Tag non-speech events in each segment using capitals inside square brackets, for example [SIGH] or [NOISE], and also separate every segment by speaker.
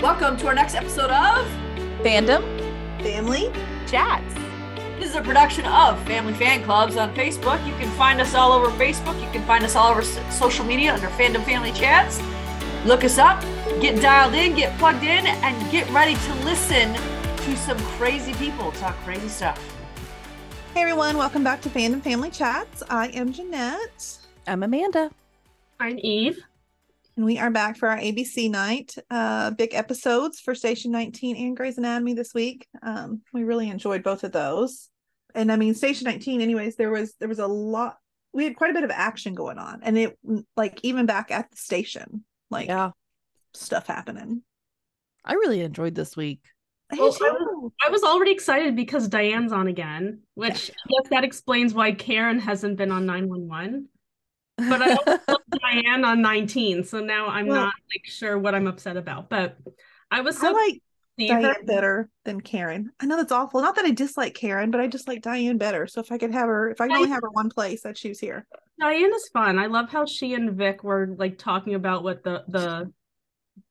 Speaker 1: Welcome to our next episode of
Speaker 2: Fandom
Speaker 3: Family?
Speaker 2: Chats.
Speaker 1: This is a production of Family Fan Clubs on Facebook. You can find us all over Facebook. You can find us all over s- social media under Fandom Family Chats. Look us up, get dialed in, get plugged in, and get ready to listen to some crazy people talk crazy stuff.
Speaker 3: Hey everyone, welcome back to Fandom Family Chats. I am Jeanette,
Speaker 2: I'm Amanda.
Speaker 4: I'm Eve.
Speaker 3: and we are back for our ABC night. Uh, big episodes for Station 19 and Grey's Anatomy this week. Um, we really enjoyed both of those. And I mean, Station 19, anyways, there was there was a lot. We had quite a bit of action going on, and it mm, like even back at the station, like
Speaker 2: Yeah,
Speaker 3: stuff happening.
Speaker 2: I really enjoyed this week.
Speaker 3: I
Speaker 4: Well,
Speaker 3: did too.
Speaker 4: I was already excited because Diane's on again, which I guess that explains why Karen hasn't been on 911.
Speaker 2: [LAUGHS]
Speaker 4: But I also love Diane on 19, so now I'm
Speaker 3: Well-
Speaker 4: not like sure what I'm upset about. But I was
Speaker 3: I
Speaker 4: so
Speaker 3: like
Speaker 4: pleased
Speaker 3: Diane
Speaker 4: that-
Speaker 3: better than Karen. I know that's awful. Not that I dislike Karen, but I just like Diane better. So if I could have her, if I could only have her one place, I'd choose here.
Speaker 4: Diane is fun. I love how she and Vic were like talking about what the the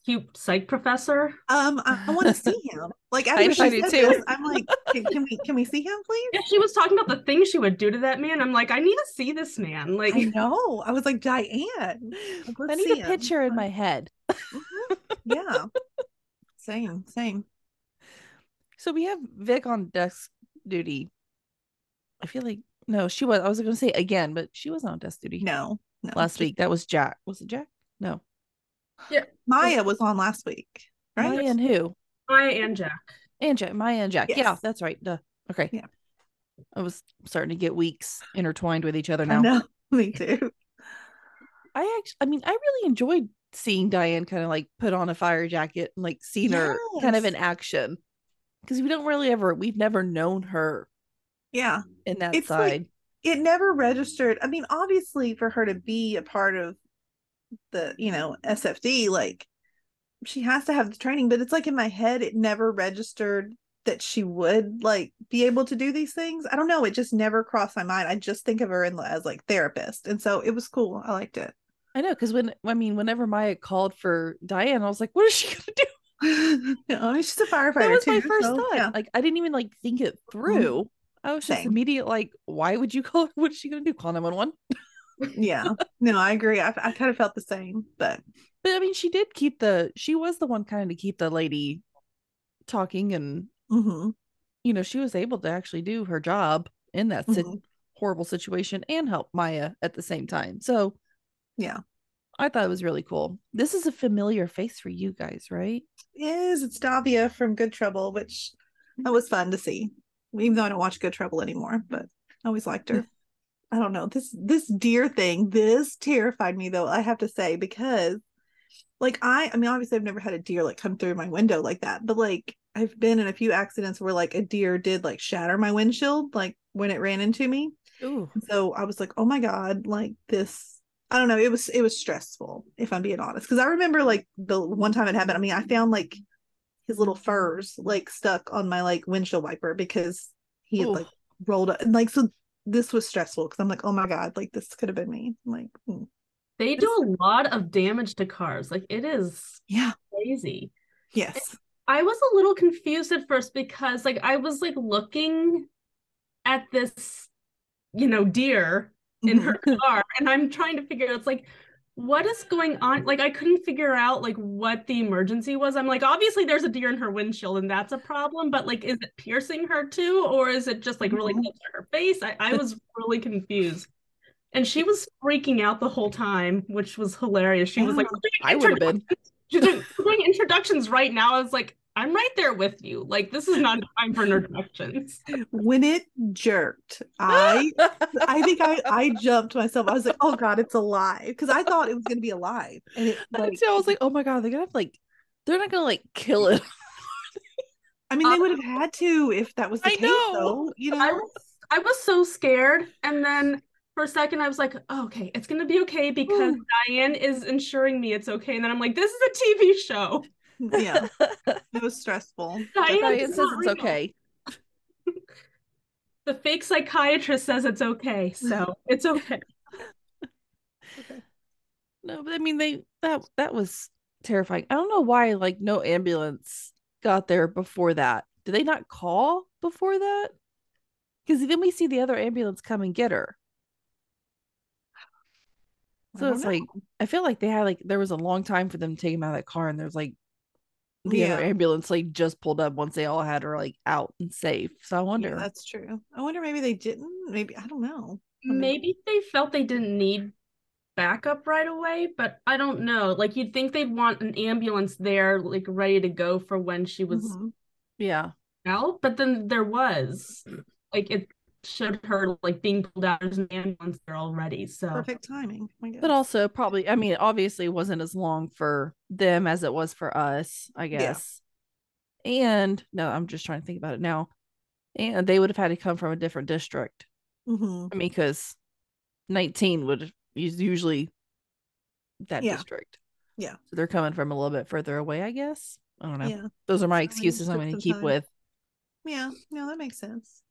Speaker 4: cute psych professor.
Speaker 3: Um, I, want to see him. Like after
Speaker 2: I-
Speaker 3: she
Speaker 2: I do
Speaker 3: said
Speaker 2: too.
Speaker 3: this, I'm like, can, can we can we see him,
Speaker 2: [LAUGHS]
Speaker 3: please?
Speaker 4: Yeah, she was talking about the things she would do to that man. I'm like, I need to see this man. Like,
Speaker 3: I know. I was like Diane. Like,
Speaker 2: I
Speaker 3: let's
Speaker 2: need
Speaker 3: see
Speaker 2: a
Speaker 3: him.
Speaker 2: picture in my head.
Speaker 3: Mhm. Yeah. Same. Same.
Speaker 2: So we have Vic on desk duty. I feel like no, she was. I was going to say again, but she was on desk duty
Speaker 3: No. No.
Speaker 2: last week. That was Jack. Was it Jack? No,
Speaker 3: Maya was on last week, right?
Speaker 2: Maya and who?
Speaker 4: Maya and Jack.
Speaker 2: And Jack. Maya and Jack. Yeah,
Speaker 3: Yes.
Speaker 2: that's right. Duh. Okay.
Speaker 3: Yeah.
Speaker 2: I was starting to get weeks intertwined with each other
Speaker 3: I
Speaker 2: now.
Speaker 3: know. [LAUGHS] Me too.
Speaker 2: I actually, I mean, I really enjoyed seeing Diane kind of like put on a fire jacket and like seeing her kind of
Speaker 3: Yes.
Speaker 2: in action because we don't really ever, we've never known her
Speaker 3: Yeah.
Speaker 2: in that
Speaker 3: It's like-
Speaker 2: side.
Speaker 3: it never registered. I mean, obviously, for her to be a part of the, you know, SFD, like she has to have the training, but it's like in my head, it never registered that she would like be able to do these things. I don't know. It just never crossed my mind. I just think of her in, as like therapist. And so it was cool. I liked it. [LAUGHS]
Speaker 2: I know because when, I mean, whenever Maya called for Diane, I was like, what is she going to do?
Speaker 3: Yeah, I mean, Oh, she's a firefighter.
Speaker 2: that was my
Speaker 3: too,
Speaker 2: first
Speaker 3: so,
Speaker 2: thought.
Speaker 3: yeah. Mm-hmm.
Speaker 2: Like, I didn't even like think it through. I was just
Speaker 3: Same.
Speaker 2: immediate, like, why would you call? What is she going to do? Call 911?
Speaker 3: Yeah. No, I agree. I, I kind of felt the same, but
Speaker 2: But I mean, she did keep the, she was the one kind of to keep the lady talking and,
Speaker 3: mhm,
Speaker 2: you know, she was able to actually do her job in that sit-
Speaker 3: mhm.
Speaker 2: horrible situation and help Maya at the same time. So,
Speaker 3: Yeah.
Speaker 2: I thought it was really cool. This is a familiar face for you guys, right?
Speaker 3: is it's Davia from Good Trouble, which that was fun to see. Even though I don't watch Good Trouble anymore, but I always liked her. I don't know. This this deer thing, this terrified me though, I have to say, because like I I mean obviously I've never had a deer like come through my window like that, but like I've been in a few accidents where like a deer did like shatter my windshield like when it ran into me.
Speaker 2: Ooh.
Speaker 3: And so I was like, oh my God, like this. I don't know. It was it was stressful, if I'm being honest. Cause I remember like the one time it happened. I mean, I found like his little furs like stuck on my like windshield wiper because he had
Speaker 2: Oof.
Speaker 3: like rolled up and like so this was stressful because I'm like, oh my God, like this could have been me. Like mm.
Speaker 4: They do a lot of damage to cars. Like it is
Speaker 3: yeah.
Speaker 4: crazy.
Speaker 3: Yes.
Speaker 4: I was a little confused at first because like I was like looking at this, you know, deer in her car and I'm trying to figure out it's like what is going on? Like I couldn't figure out like what the emergency was. I'm like obviously there's a deer in her windshield and that's a problem, but like is it piercing her too or is it just like really
Speaker 3: Mhm.
Speaker 4: close to her face? I, I was really confused. And she was freaking out the whole time, which was hilarious. She was like,
Speaker 3: Yeah.
Speaker 4: "We're doing
Speaker 2: I would have [LAUGHS] been.
Speaker 4: She's doing, she's doing introductions right now. I was like, I'm right there with you. Like, this is not time for introductions.
Speaker 3: [LAUGHS] When it jerked, I I think I I jumped myself. I was like, oh God, it's alive. Because I thought it was gonna be alive.
Speaker 4: [LAUGHS]
Speaker 3: And it like
Speaker 2: so I was like, oh my god, they're gonna have like, they're not gonna like kill it.
Speaker 3: I mean, they would have had to if that was the
Speaker 2: Uh, I
Speaker 3: case,
Speaker 2: know.
Speaker 3: though. You
Speaker 4: I
Speaker 3: know,
Speaker 4: was, I was so scared. And then for a second, I was like, oh, okay, it's going to be okay because
Speaker 3: Ooh.
Speaker 4: Diane is ensuring me it's okay. And then I'm like, this is a TV show.
Speaker 2: [LAUGHS]
Speaker 3: yeah, it was stressful.
Speaker 4: Diane
Speaker 2: Diane
Speaker 4: it's
Speaker 2: says
Speaker 4: not
Speaker 2: it's
Speaker 4: real.
Speaker 2: okay.
Speaker 4: The fake psychiatrist says it's okay. [LAUGHS] So it's okay.
Speaker 2: No, but I mean they that that was terrifying. I don't know why like no ambulance got there before that. Did they not call before that? Because then we see the other ambulance come and get her.
Speaker 3: I
Speaker 2: So
Speaker 3: don't
Speaker 2: it's
Speaker 3: know.
Speaker 2: like I feel like they had like there was a long time for them to take him out of that car, and there's like the
Speaker 3: yeah,
Speaker 2: other ambulance like just pulled up once they all had her like out and safe. So I
Speaker 3: yeah,
Speaker 2: wonder.
Speaker 3: that's true. I wonder maybe they didn't. Maybe I don't know. I mean-
Speaker 4: Maybe they felt they didn't need backup right away, but I don't know. Like you'd think they'd want an ambulance there, like ready to go for when she was
Speaker 3: Mhm.
Speaker 2: uh, yeah,
Speaker 4: out, but then there was. Like it showed her like being pulled out as an ambulance there already. So
Speaker 3: perfect timing. I guess.
Speaker 2: but also probably. I mean, obviously, it wasn't as long for them as it was for us. I
Speaker 3: Yeah.
Speaker 2: guess. And no, I'm just trying to think about it now. And they would have had to come from a different district.
Speaker 3: Mhm.
Speaker 2: I mean, because 19 would is usually that
Speaker 3: Yeah.
Speaker 2: district.
Speaker 3: Yeah.
Speaker 2: So they're coming from a little bit further away, I guess. I don't know.
Speaker 3: yeah,
Speaker 2: Those are my
Speaker 3: So it
Speaker 2: excuses I'm
Speaker 3: took
Speaker 2: going to
Speaker 3: some
Speaker 2: keep
Speaker 3: time.
Speaker 2: with.
Speaker 3: yeah. No, that makes sense.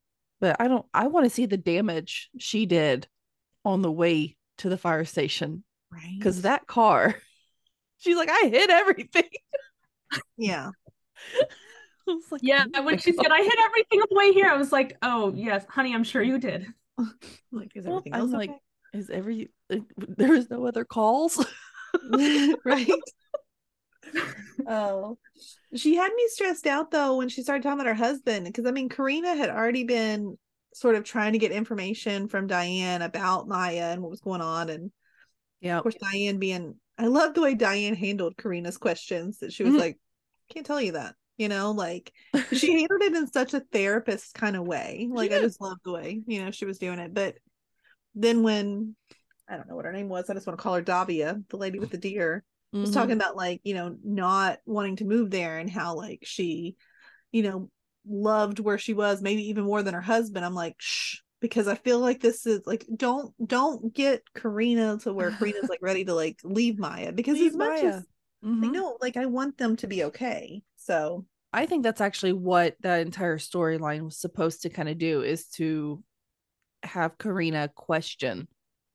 Speaker 2: But I don't, I want to see the damage she did on the way to the fire station
Speaker 3: Right.
Speaker 2: because that car, [LAUGHS] she's like, I hit everything. [LAUGHS]
Speaker 3: Yeah.
Speaker 2: I was like,
Speaker 4: yeah,
Speaker 2: "Oh
Speaker 4: when
Speaker 2: my
Speaker 4: she said
Speaker 2: God."
Speaker 4: I hit everything on the way here, I was like, Oh yes, honey, I'm sure you did.
Speaker 3: Like is
Speaker 2: Well,
Speaker 3: everything
Speaker 2: I'm
Speaker 3: else
Speaker 2: like-
Speaker 3: okay?
Speaker 2: is every, uh, there's no other calls. [LAUGHS]
Speaker 3: [LAUGHS] right? oh, she had me stressed out though when she started talking about her husband because I mean, Karina had already been sort of trying to get information from Diane about Maya and what was going on, and
Speaker 2: yeah.
Speaker 3: of course, Diane being I love the way Diane handled Karina's questions that she was
Speaker 2: Mhm.
Speaker 3: like, can't tell you that, you know, like she handled it in such a therapist kind of way. Like I
Speaker 2: did.
Speaker 3: just love the way, you know, she was doing it. But then when I don't know what her name was, I just want to call her Davia, the lady with the deer was
Speaker 2: Mhm.
Speaker 4: Mm-hmm.
Speaker 3: talking about like you know not wanting to move there and how like she you know loved where she was maybe even more than her husband i'm like shh because i feel like this is like don't don't get karina to where karina's like ready to like leave maya because
Speaker 2: Leave
Speaker 3: as much
Speaker 2: Maya.
Speaker 3: as
Speaker 2: Mhm.
Speaker 4: Mm-hmm.
Speaker 3: i know like i want them to be okay so
Speaker 2: I think that's actually what that entire storyline was supposed to kind of do is to have Karina question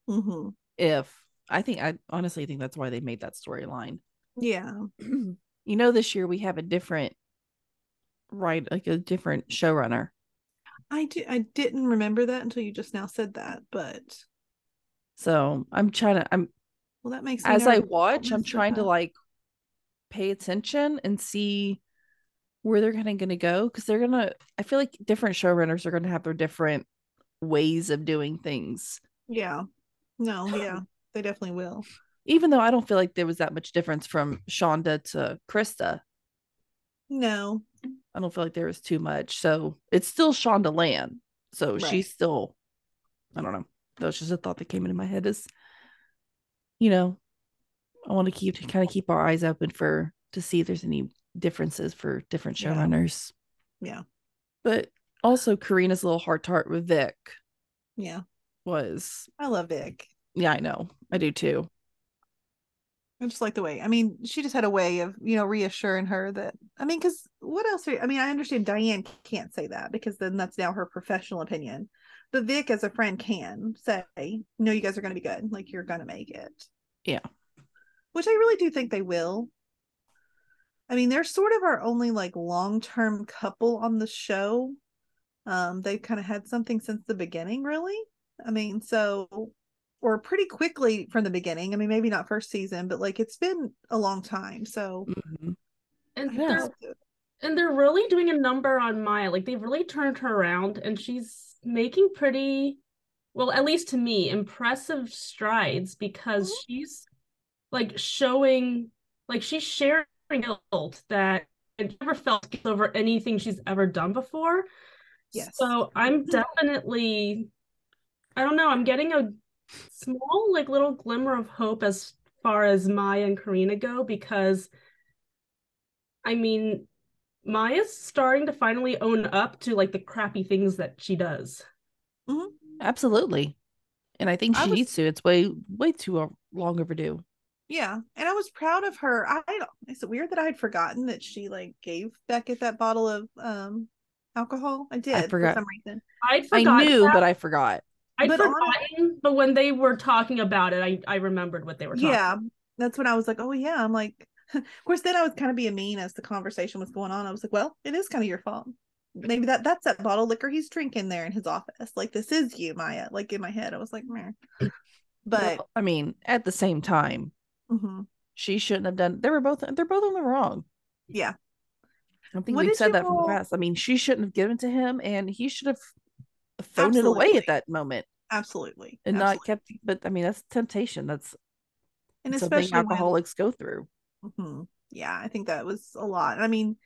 Speaker 2: Mm-hmm.
Speaker 3: mhm.
Speaker 2: if I think I honestly think that's why they made that storyline. [CLEARS THROAT]
Speaker 3: yeah
Speaker 2: you know, this year we have a different right, like a different showrunner.
Speaker 3: i do i didn't remember that until you just now said that but
Speaker 2: So I'm trying to I'm
Speaker 3: well that makes me
Speaker 2: as I
Speaker 3: nervous.
Speaker 2: watch, I'm
Speaker 3: messed with
Speaker 2: trying to
Speaker 3: that.
Speaker 2: like pay attention and see where they're kind of going to go because they're going to, I feel like different showrunners are going to have their different ways of doing things.
Speaker 3: yeah no yeah they definitely will
Speaker 2: Even though I don't feel like there was that much difference from Shonda to Krista,
Speaker 3: no
Speaker 2: I don't feel like there was too much. So it's still Shonda Land. So
Speaker 3: Right.
Speaker 2: she's still, I don't know. That was just a thought that came into my head is, you know, I want to keep to kind of keep our eyes open for to see if there's any differences for different
Speaker 3: Yeah.
Speaker 2: showrunners.
Speaker 3: Yeah.
Speaker 2: But also Karina's little heart to heart with Vic
Speaker 3: yeah
Speaker 2: was
Speaker 3: i love vic
Speaker 2: yeah, I know. I do too.
Speaker 3: I just like the way. I mean, she just had a way of, you know, reassuring her that. I mean, because what else? Are, I mean, I understand Diane can't say that because then that's now her professional opinion. But Vic, as a friend, can say, "No, you guys are going to be good. Like you're going to make it."
Speaker 2: Yeah.
Speaker 3: Which I really do think they will. I mean, they're sort of our only like long-term couple on the show. Um, they've kind of had something since the beginning, really. I mean, so or pretty quickly from the beginning. I mean, maybe not first season, but like it's been a long time. So
Speaker 2: Mhm.
Speaker 4: And
Speaker 2: Yeah.
Speaker 4: there and they're really doing a number on Maya. Like they've really turned her around and she's making pretty, well, at least to me, impressive strides because
Speaker 3: Mhm.
Speaker 4: she's like showing, like she's sharing guilt that I never felt guilt over anything she's ever done before.
Speaker 3: Yes.
Speaker 4: So I'm definitely, I don't know, I'm getting a small, like little glimmer of hope as far as Maya and Karina go because I mean, Maya's starting to finally own up to like the crappy things that she does.
Speaker 3: Mhm.
Speaker 2: Absolutely. And I think she
Speaker 3: I was-
Speaker 2: needs to. It's way way too uh, long overdue.
Speaker 3: yeah, and I was proud of her. I I don't- is it weird that I had forgotten that she like gave Beckett that bottle of um alcohol? I did
Speaker 2: forgot.
Speaker 3: for some reason.
Speaker 4: I'd
Speaker 2: I
Speaker 4: forgotten
Speaker 2: knew,
Speaker 4: that.
Speaker 2: but I forgot.
Speaker 4: I'd
Speaker 3: but on-
Speaker 4: forgotten, but when they were talking about it, I, I remembered what they were talking
Speaker 3: Yeah, that's when I was like, [LAUGHS] oh yeah, I'm like Of course, then I was kind of being mean as the conversation was going on. I was like, well, it is kind of your fault. Maybe that that's that bottle of liquor he's drinking there in his office. Like this is you, Maya. Like in my head, I was like, Meh. but
Speaker 2: Well, I mean, at the same time,
Speaker 3: mhm.
Speaker 2: she shouldn't have done. They were both. They're both in the wrong.
Speaker 3: yeah,
Speaker 2: I think
Speaker 3: What
Speaker 2: we've
Speaker 3: did
Speaker 2: said that from the
Speaker 3: y'all-
Speaker 2: past. I mean, she shouldn't have given it to him, and he should have thrown it away
Speaker 3: Absolutely.
Speaker 2: at that moment
Speaker 3: absolutely,
Speaker 2: and not
Speaker 3: Absolutely.
Speaker 2: kept. But I mean, that's temptation. That's
Speaker 3: and
Speaker 2: something
Speaker 3: especially when-
Speaker 2: alcoholics go through.
Speaker 3: Mhm. Yeah, I think that was a lot. I mean,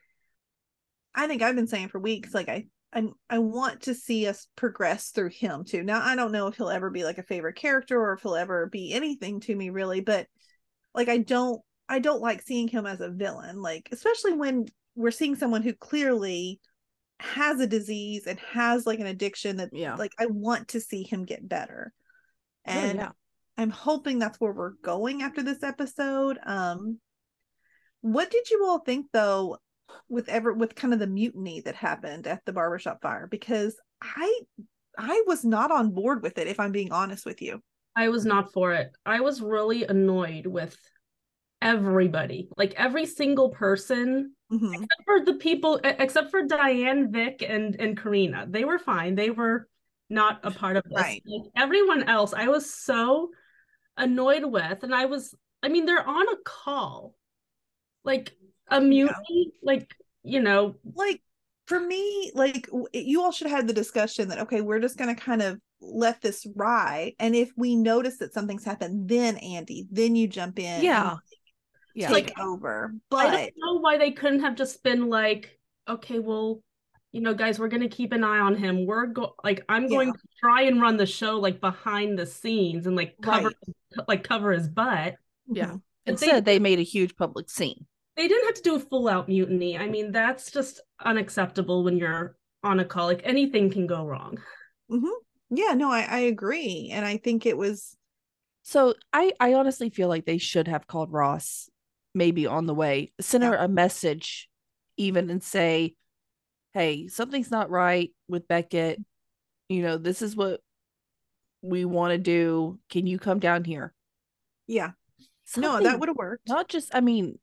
Speaker 3: I think I've been saying for weeks, like I, I, I want to see us progress through him too. Now I don't know if he'll ever be like a favorite character or if he'll ever be anything to me really, but like I don't, I don't like seeing him as a villain. Like especially when we're seeing someone who clearly has a disease and has like an addiction that,
Speaker 2: Yeah.
Speaker 3: like I want to see him get better.
Speaker 2: Oh,
Speaker 3: And
Speaker 2: yeah.
Speaker 3: I'm hoping that's where we're going after this episode. Um what did you all think though with ever with kind of the mutiny that happened at the barbershop fire because I I was not on board with it if I'm being honest with you.
Speaker 4: I was not for it. I was really annoyed with everybody, like every single person,
Speaker 3: Mhm.
Speaker 4: except for the people, e- except for Diane, Vic, and and Karina. They were fine. They were not a part of this.
Speaker 3: Right.
Speaker 4: Like everyone else, I was so annoyed with, and I was. I mean, they're on a call, like a mutiny, like you know,
Speaker 3: Like for me like w- you all should have had the discussion that okay, we're just going to kind of let this ride and if we notice that something's happened then Andy, then you jump in. and
Speaker 2: Yeah. Yeah.
Speaker 3: Take
Speaker 4: Like,
Speaker 3: over.
Speaker 4: I
Speaker 3: But
Speaker 4: don't know why they couldn't have just been like, okay, well, you know, guys, we're gonna keep an eye on him. We're go like I'm going
Speaker 3: Yeah.
Speaker 4: to try and run the show like behind the scenes and like cover like cover his butt.
Speaker 2: Yeah.
Speaker 3: Mhm.
Speaker 4: But
Speaker 2: Instead, they made a huge public scene.
Speaker 4: they, they didn't have to do a full out mutiny. I mean, that's just unacceptable when you're on a call. Like anything can go wrong.
Speaker 3: hmm Yeah, no, I, I agree. And I think it was
Speaker 2: So I I honestly feel like they should have called Ross maybe on the way, send
Speaker 3: Yeah.
Speaker 2: her a message even and say, "Hey, something's not right with Beckett. You know, this is what we want to do. Can you come down here?"
Speaker 3: yeah. No, that
Speaker 2: Something-
Speaker 3: would have worked.
Speaker 2: not just I mean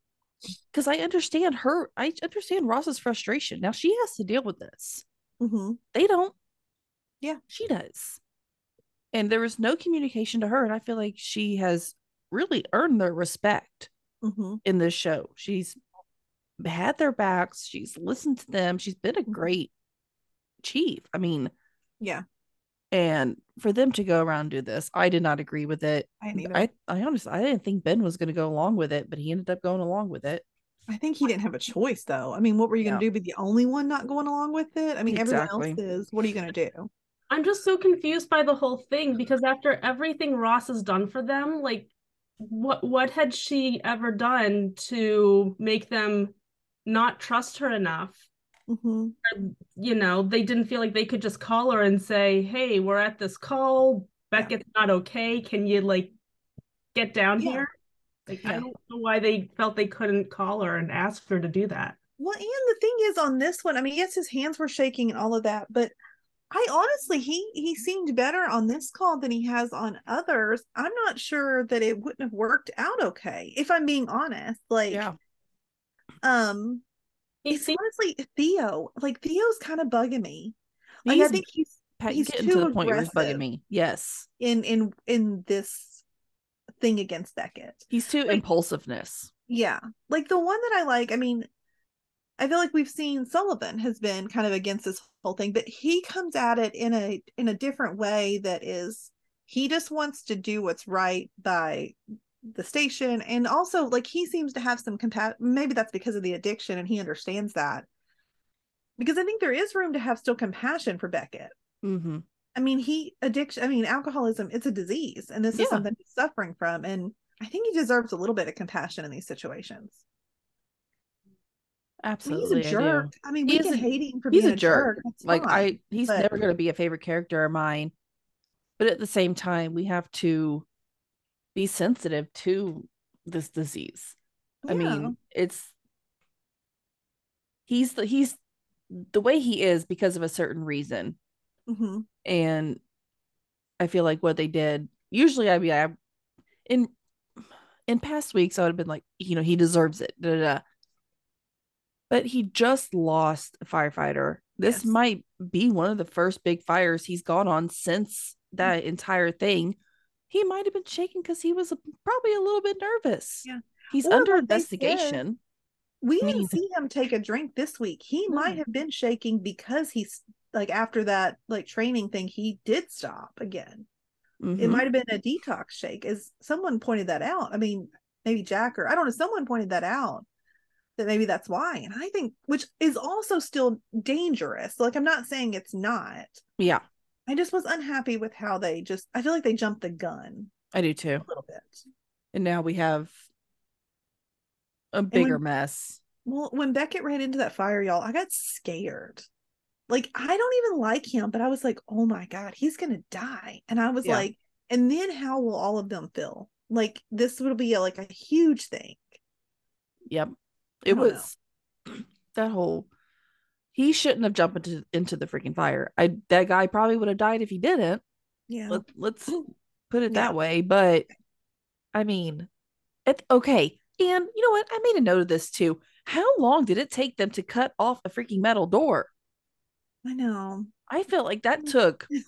Speaker 2: cuz I understand her I understand Ross's frustration. Now she has to deal with this.
Speaker 3: hmm
Speaker 2: They don't.
Speaker 3: Yeah.
Speaker 2: She does. And there was no communication to her and I feel like she has really earned their respect.
Speaker 3: hmm
Speaker 2: in this show. She's had their backs. She's listened to them. She's been a great chief. I mean,
Speaker 3: Mm-hmm. Yeah.
Speaker 2: And for them to go around and do this, I did not agree with it.
Speaker 3: I neither. I,
Speaker 2: I, I honestly, I didn't think Ben was going to go along with it, but he ended up going along with it.
Speaker 3: think he didn't have a choice though. I mean, what were you going to do? Be the only one not going along with it? I mean, everyone
Speaker 2: Exactly.
Speaker 3: else is. What are you going to do?
Speaker 4: I'm just so confused by the whole thing because after everything Ross has done for them, like what what had she ever done to make them not trust her enough?
Speaker 3: hmm
Speaker 4: You know, they didn't feel like they could just call her and say, "Hey, we're at this call.
Speaker 3: Yeah.
Speaker 4: Beckett's not okay. Can you like get down
Speaker 3: Yeah.
Speaker 4: here?" Like I
Speaker 2: Yeah.
Speaker 4: don't know why they felt they couldn't call her and ask her to do that.
Speaker 3: Well, and the thing is, on this one, I mean, yes, his hands were shaking and all of that, but I honestly, he he seemed better on this call than he has on others. I'm not sure that it wouldn't have worked out okay, if I'm being honest. Like, um,
Speaker 4: He
Speaker 3: it's
Speaker 4: seemed
Speaker 3: honestly Theo. Like Theo's kind of bugging me. Like I
Speaker 2: He's
Speaker 3: think he's
Speaker 2: pa-
Speaker 3: he's
Speaker 2: getting to
Speaker 3: too
Speaker 2: the point where he's
Speaker 3: aggressive.
Speaker 2: bugging me. Yes.
Speaker 3: in in in this thing against Beckett.
Speaker 2: He's too
Speaker 3: Like-
Speaker 2: impulsiveness.
Speaker 3: Yeah. Like the one that I like, I mean, I feel like we've seen Sullivan has been kind of against this whole thing, but he comes at it in a in a different way that is he just wants to do what's right by the station and also like he seems to have some compat maybe that's because of the addiction and he understands that. Because I think there is room to have still compassion for Beckett.
Speaker 2: Mm-hmm.
Speaker 3: I mean, he addiction. I mean, alcoholism. It's a disease, and this
Speaker 2: Yeah.
Speaker 3: is something he's suffering from. And I think he deserves a little bit of compassion in these situations. I mean, he's
Speaker 2: Absolutely.
Speaker 3: a
Speaker 2: I do.
Speaker 3: jerk. I, mean,
Speaker 2: He
Speaker 3: we
Speaker 2: is
Speaker 3: can
Speaker 2: a-
Speaker 3: hate him for
Speaker 2: he's
Speaker 3: being
Speaker 2: a jerk.
Speaker 3: That's
Speaker 2: like
Speaker 3: fine.
Speaker 2: i he's
Speaker 3: but-
Speaker 2: never going to be a favorite character of mine but at the same time we have to be sensitive to this disease i
Speaker 3: Yeah.
Speaker 2: mean it's he's the he's the way he is because of a certain reason
Speaker 3: Mhm.
Speaker 2: and i feel like what they did usually i mean i in in past weeks, I would have been like, you know, he deserves it. Da, da, da. But he just lost a firefighter. This
Speaker 3: Yes.
Speaker 2: might be one of the first big fires he's gone on since
Speaker 3: Mm.
Speaker 2: that entire thing. He might have been shaken because he was a, probably a little bit nervous.
Speaker 3: Yeah.
Speaker 2: He's
Speaker 3: Or
Speaker 2: under
Speaker 3: what they said.
Speaker 2: investigation.
Speaker 3: We
Speaker 2: Me
Speaker 3: didn't see him take a drink this week. He might
Speaker 2: No.
Speaker 3: have been shaking because he's like after that like training thing, he did stop again. It
Speaker 2: Mhm.
Speaker 3: might have been a detox shake. Is someone pointed that out? I mean, maybe Jack or I don't know. Someone pointed that out that maybe that's why. And I think which is also still dangerous. Like I'm not saying it's not.
Speaker 2: yeah,
Speaker 3: I just was unhappy with how they just. I feel like they jumped the gun
Speaker 2: I do too.
Speaker 3: a little bit.
Speaker 2: And now we have a bigger mess.
Speaker 3: Well, when Beckett ran into that fire, y'all, I got scared. Like, I don't even like him, but I was like, oh my God, he's going to die. And I was
Speaker 2: Yeah.
Speaker 3: like, and then how will all of them feel? Like, this would be like a huge thing.
Speaker 2: Yep.
Speaker 3: I
Speaker 2: It
Speaker 3: don't know.
Speaker 2: was [CLEARS THROAT] that whole he shouldn't have jumped into into the freaking fire. I that guy probably would have died if he didn't.
Speaker 3: Yeah.
Speaker 2: Let, let's put it
Speaker 3: Yeah.
Speaker 2: that way, but I mean, it okay. And you know what? I made a note of this too. How long did it take them to cut off a freaking metal door?
Speaker 3: I know.
Speaker 2: I felt like
Speaker 3: [LAUGHS]
Speaker 2: that took
Speaker 3: It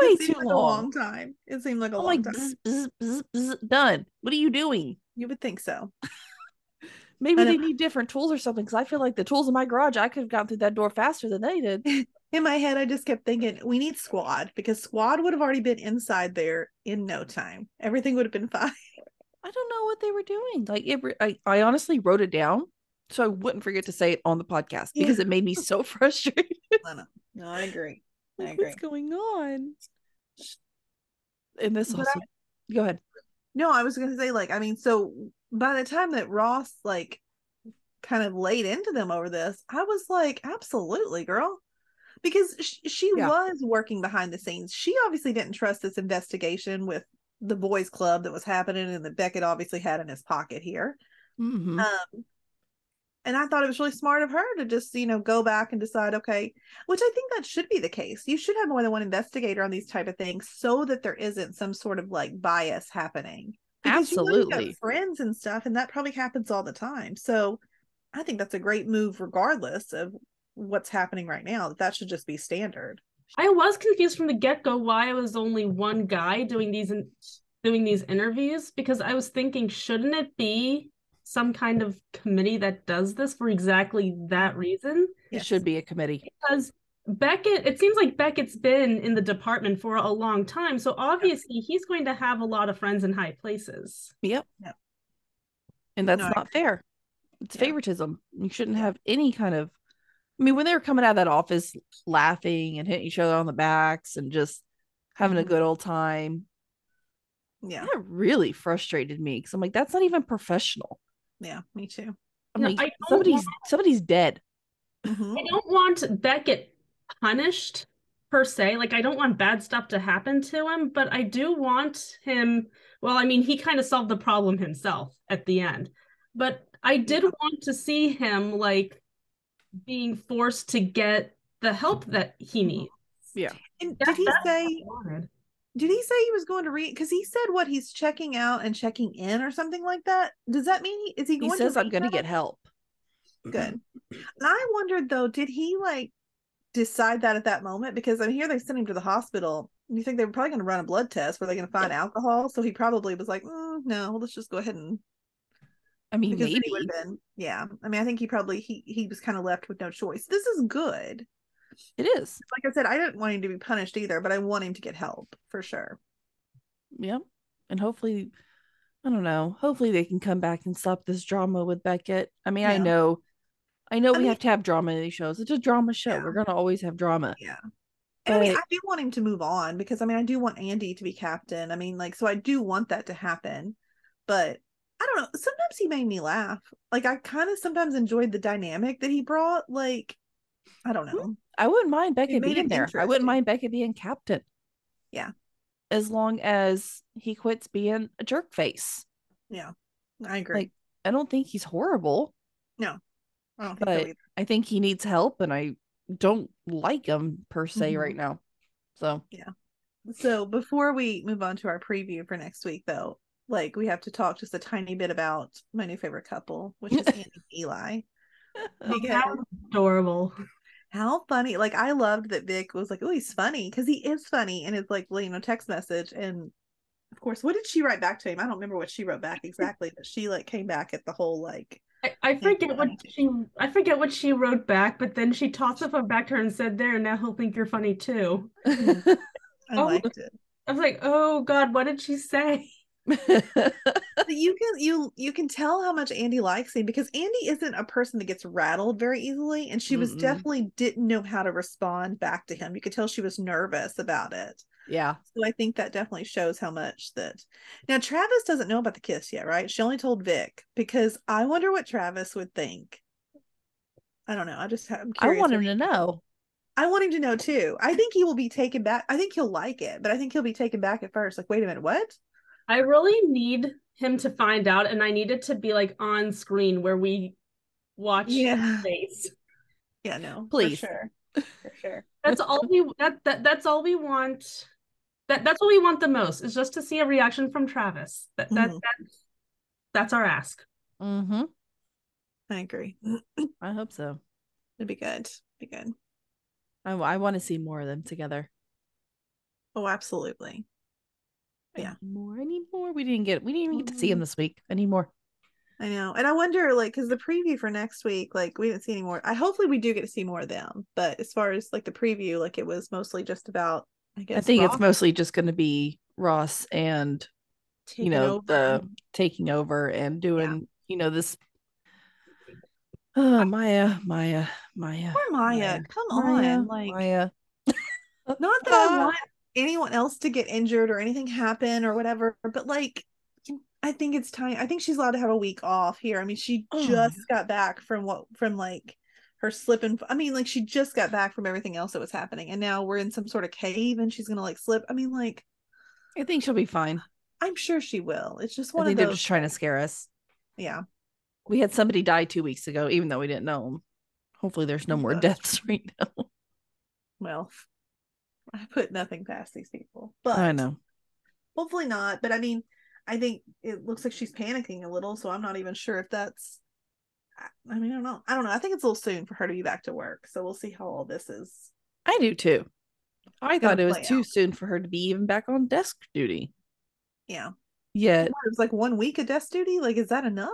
Speaker 2: way
Speaker 3: seemed
Speaker 2: too
Speaker 3: like a
Speaker 2: long.
Speaker 3: long Oh time. It seemed like a
Speaker 2: I'm
Speaker 3: long
Speaker 2: like,
Speaker 3: time.
Speaker 2: bzz, bzz, bzz, bzz, done. What are you doing?
Speaker 3: You would think so.
Speaker 2: Maybe
Speaker 3: I know.
Speaker 2: they need different tools or something. Because I feel like the tools in my garage, I could have gotten through that door faster than they
Speaker 3: [LAUGHS]
Speaker 2: did.
Speaker 3: In my head, I just kept thinking, we need squad because squad would have already been inside there in no time. Everything would have been [LAUGHS] fine.
Speaker 2: I don't know what they were doing. Like it, re- I, I honestly wrote it down so I wouldn't forget to say it on the podcast
Speaker 3: Yeah.
Speaker 2: because it made
Speaker 3: [LAUGHS]
Speaker 2: me so frustrated.
Speaker 3: No, I agree.
Speaker 2: Like, [LAUGHS] What's going on? And this
Speaker 3: But
Speaker 2: also, go ahead.
Speaker 3: No, I was gonna say, like, I mean, so by the time that Ross like kind of laid into them over this, I was like, absolutely, girl. Because she, she
Speaker 2: Yeah.
Speaker 3: was working behind the scenes. She obviously didn't trust this investigation with the boys' club that was happening and that Beckett obviously had in his pocket here.
Speaker 2: Mhm.
Speaker 3: Um, and I thought it was really smart of her to just, you know, go back and decide, okay, which I think that should be the case. You should have more than one investigator on these type of things so that there isn't some sort of like bias happening. you know you've got
Speaker 2: Absolutely.
Speaker 3: friends and stuff, and that probably happens all the time. So I think that's a great move, regardless of what's happening right now. That that should just be standard.
Speaker 4: I was confused from the get go why it was only one guy doing these in- doing these interviews because I was thinking, shouldn't it be some kind of committee that does this for exactly that reason?
Speaker 2: It should be a committee.
Speaker 4: Because Beckett, it seems like Beckett's been in the department for a long time, so obviously he's going to have a lot of friends in high places.
Speaker 2: Yep.
Speaker 3: Yep.
Speaker 2: And that's
Speaker 3: No, I
Speaker 2: not fair. It's
Speaker 3: Yeah.
Speaker 2: favoritism. You shouldn't
Speaker 3: Yeah.
Speaker 2: have any kind of. I mean, when they were coming out of that office laughing and hitting each other on the backs and just having a
Speaker 3: Mhm.
Speaker 2: good old time,
Speaker 3: Yeah.
Speaker 2: that really frustrated me because I'm like, that's not even professional.
Speaker 3: Yeah. Me too.
Speaker 2: I'm
Speaker 4: No, I
Speaker 2: like,
Speaker 4: don't
Speaker 2: somebody's
Speaker 4: want-
Speaker 2: somebody's dead.
Speaker 3: Mhm.
Speaker 4: I don't want Beckett punished per se. Like, I don't want bad stuff to happen to him, but I do want him. Well, I mean, he kind of solved the problem himself at the end, but I did want to see him like being forced to get the help that he needs.
Speaker 3: And
Speaker 4: That-
Speaker 3: did he
Speaker 4: that's what I
Speaker 3: say
Speaker 4: wanted.
Speaker 3: Did he say he was going to read? Because he said what he's checking out and checking in or something like that. Does that mean he, is he
Speaker 2: He
Speaker 3: going?
Speaker 2: says
Speaker 3: to
Speaker 2: I'm going to get
Speaker 3: rehab?
Speaker 2: help.
Speaker 3: good. And I wondered though, did he like decide that at that moment? Because I hear they sent him to the hospital. You think they were probably going to run a blood test? Were they going to find alcohol? So he probably was like, mm, no, let's just go ahead and
Speaker 2: I mean,
Speaker 3: because then
Speaker 2: maybe.
Speaker 3: he would have been. Yeah, I mean, I think he probably he he was kind of left with no choice. This is good.
Speaker 2: It is.
Speaker 3: Like I said, I didn't want him to be punished either, but I want him to get help for sure.
Speaker 2: Yep. And hopefully, I don't know. Hopefully they can come back and stop this drama with Beckett. I mean, I
Speaker 3: Yeah.
Speaker 2: know, I know
Speaker 3: I
Speaker 2: we
Speaker 3: mean-
Speaker 2: have to have drama in these shows. It's a drama show. We're gonna always have drama.
Speaker 3: Yeah. And I mean, I
Speaker 2: But-
Speaker 3: do want him to move on because I mean, I do want Andy to be captain. I mean, like, so I do want that to happen. But I don't know. Sometimes he made me laugh. Like, I kind of sometimes enjoyed the dynamic that he brought. Like,
Speaker 2: Mm-hmm.
Speaker 3: I don't know.
Speaker 2: I wouldn't mind Beckett
Speaker 3: made it
Speaker 2: being there. I
Speaker 3: interesting.
Speaker 2: wouldn't mind Beckett being captain.
Speaker 3: Yeah.
Speaker 2: As long as he quits being a jerk face.
Speaker 3: I agree.
Speaker 2: Like, I don't think he's horrible.
Speaker 3: I don't think so
Speaker 2: but-
Speaker 3: either.
Speaker 2: I think he needs help and I don't like him per se
Speaker 3: Mhm.
Speaker 2: right now. So
Speaker 3: So before we move on to our preview for next week, though, like we have to talk just a tiny bit about my new favorite couple, which
Speaker 2: [LAUGHS]
Speaker 3: is Andy and Eli.
Speaker 4: Oh, that
Speaker 3: Because
Speaker 4: was adorable.
Speaker 3: how funny! Like I loved that Vic was like, "Oh, he's funny," because he is funny, and it's like, well, you know, text message, and of course, what did she write back to him? I don't remember what she wrote back exactly, but she like came back at the whole like
Speaker 4: I, I forget what
Speaker 3: funny.
Speaker 4: she I forget what she wrote back, but then she tossed the phone back to her and said, "There, now he'll think you're funny too."
Speaker 3: Mm-hmm.
Speaker 2: [LAUGHS]
Speaker 3: I
Speaker 4: Oh.
Speaker 3: liked it.
Speaker 4: I was like, "Oh God, what did she say?"
Speaker 3: But you can you you can tell how much Andy likes him because Andy isn't a person that gets rattled very easily, and she was
Speaker 2: Mm-mm.
Speaker 3: definitely didn't know how to respond back to him. You could tell she was nervous about it.
Speaker 2: yeah.
Speaker 3: So I think that definitely shows how much that. Now Travis doesn't know about the kiss yet, right? She only told Vic because I wonder what Travis would think. I don't know. I just I'm
Speaker 2: I
Speaker 3: curious.
Speaker 2: want
Speaker 3: what
Speaker 2: him to know.
Speaker 3: I want him to know too. I think he will be taken back. I think he'll like it, but I think he'll be taken back at first. Like, wait a minute, what?
Speaker 4: I really need him to find out, and I need it to be like on screen where we watch his
Speaker 3: Yeah.
Speaker 4: face.
Speaker 3: Yeah, no, for
Speaker 2: Please.
Speaker 3: sure, for sure.
Speaker 4: That's all we that, that that's all we want. That that's what we want the most is just to see a reaction from Travis. That that,
Speaker 3: Mhm.
Speaker 4: that that's our ask.
Speaker 2: Mm-hmm.
Speaker 3: I agree.
Speaker 2: I hope so.
Speaker 3: It'd be good. Be good.
Speaker 2: I, I want to see more of them together.
Speaker 3: Oh, absolutely. Yeah.
Speaker 2: I need more. I need more. We didn't get. We didn't even get to see him
Speaker 4: Mhm.
Speaker 2: this week. I need more.
Speaker 3: I know. And I wonder, like, because the preview for next week, like, we didn't see any more. I hopefully we do get to see more of them. But as far as like the preview, like, it was mostly just about, I guess,
Speaker 2: I think
Speaker 3: Ross
Speaker 2: it's mostly just going to be Ross and you
Speaker 3: taking
Speaker 2: know
Speaker 3: over.
Speaker 2: the taking over and doing you know this. Oh, Maya, Maya, Maya.
Speaker 3: Poor Maya. Come
Speaker 2: Maya,
Speaker 3: on. Like,
Speaker 2: [LAUGHS] Maya.
Speaker 3: not that I
Speaker 2: Ah.
Speaker 3: want anyone else to get injured or anything happen or whatever, but like, I think it's time. I think she's allowed to have a week off here. I mean, she
Speaker 2: Oh,
Speaker 3: just got back from what from like her slip and I mean, like she just got back from everything else that was happening, and now we're in some sort of cave, and she's gonna like slip. I mean, like
Speaker 2: I think she'll be fine.
Speaker 3: I'm sure she will. It's just
Speaker 2: I
Speaker 3: one
Speaker 2: think
Speaker 3: of
Speaker 2: they're
Speaker 3: those.
Speaker 2: just trying to scare us.
Speaker 3: yeah,
Speaker 2: We had somebody die two weeks ago, even though we didn't know 'em. Hopefully, there's no more
Speaker 3: Gosh.
Speaker 2: deaths [LAUGHS] right now.
Speaker 3: well, [LAUGHS] I put nothing past these people, but
Speaker 2: I know.
Speaker 3: hopefully not. But I mean, I think it looks like she's panicking a little, so I'm not even sure if that's. I- I mean, I don't know. I don't know. I think it's a little soon for her to be back to work, so we'll see how all this is.
Speaker 2: I do too. I
Speaker 3: gonna
Speaker 2: thought it was
Speaker 3: play
Speaker 2: too
Speaker 3: out.
Speaker 2: soon for her to be even back on desk duty.
Speaker 3: Yeah,
Speaker 2: Yet
Speaker 3: it was like one week of desk duty. Like, is that enough?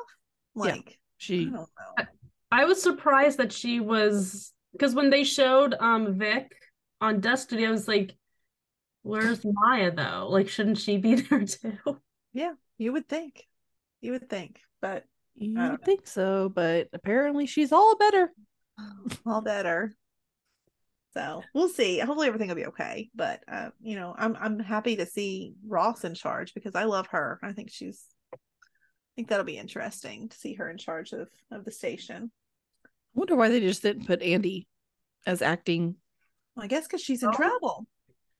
Speaker 3: Like, I
Speaker 2: she
Speaker 3: don't know.
Speaker 4: I was surprised that she was because when they showed um Vic on Destiny, I was like, "Where's Maya though? Like, shouldn't she be [LAUGHS] there too?"
Speaker 3: You would think, you would think, but
Speaker 2: you
Speaker 3: don't
Speaker 2: would think so, but apparently she's all better.
Speaker 3: all better. So we'll see. Hopefully everything will be okay. But uh, you know, I'm I'm happy to see Ross in charge because I love her. I think she's I think that'll be interesting to see her in charge of of the station.
Speaker 2: I wonder why they just didn't put Andy as acting.
Speaker 3: Well, I guess because she's in
Speaker 4: Oh.
Speaker 3: trouble.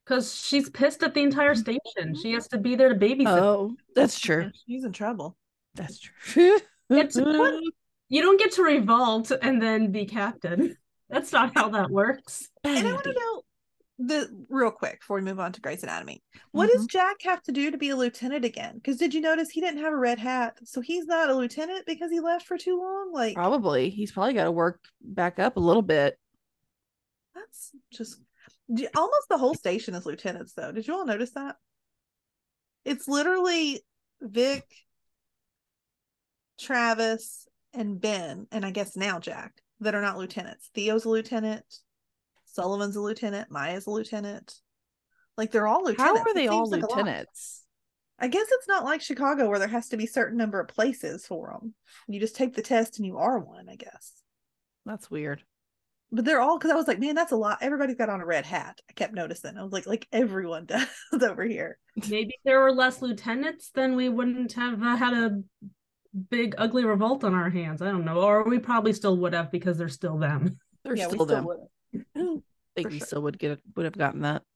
Speaker 4: Because she's pissed at the entire station. She has to be there to babysit.
Speaker 2: Oh, that's
Speaker 3: Yeah, [LAUGHS]
Speaker 2: true.
Speaker 3: She's in trouble.
Speaker 2: That's true.
Speaker 4: It's
Speaker 3: [LAUGHS]
Speaker 4: what- You don't get to revolt and then be captain. [LAUGHS] That's not how that works.
Speaker 2: Bad
Speaker 3: And I want
Speaker 2: Andy.
Speaker 3: to know the real quick before we move on to Grey's Anatomy. What does Jack have to do to be a lieutenant again? Because did you notice he didn't have a red hat? So he's not a lieutenant because he left for too long? Like
Speaker 2: Probably he's probably got to work back up a little bit.
Speaker 3: That's just d- almost the whole station is lieutenants, though. Did you all notice that? It's literally Vic, Travis, and Ben, and I guess now Jack that are not lieutenants. Theo's a lieutenant, Sullivan's a lieutenant, Maya's a lieutenant. Like they're all
Speaker 2: How
Speaker 3: lieutenants.
Speaker 2: are
Speaker 3: It
Speaker 2: they all
Speaker 3: seems like a lot.
Speaker 2: lieutenants?
Speaker 3: I guess it's not like Chicago where there has to be certain number of places for them. You just take the test and you are one, I guess.
Speaker 2: That's weird.
Speaker 3: but they're all because I was like, man, that's a lot. Everybody's got on a red hat. I kept noticing. I was like, like everyone [LAUGHS] does over here.
Speaker 4: Maybe if there were less lieutenants, then we wouldn't have uh, had a big ugly revolt on our hands. I don't know, or we probably still would have because they're still them.
Speaker 2: They're
Speaker 3: yeah,
Speaker 2: still
Speaker 3: we still
Speaker 2: them. Mm-hmm.
Speaker 3: would.
Speaker 2: I don't think
Speaker 3: For
Speaker 2: we
Speaker 3: sure.
Speaker 2: still would get would have gotten that.
Speaker 3: [GASPS]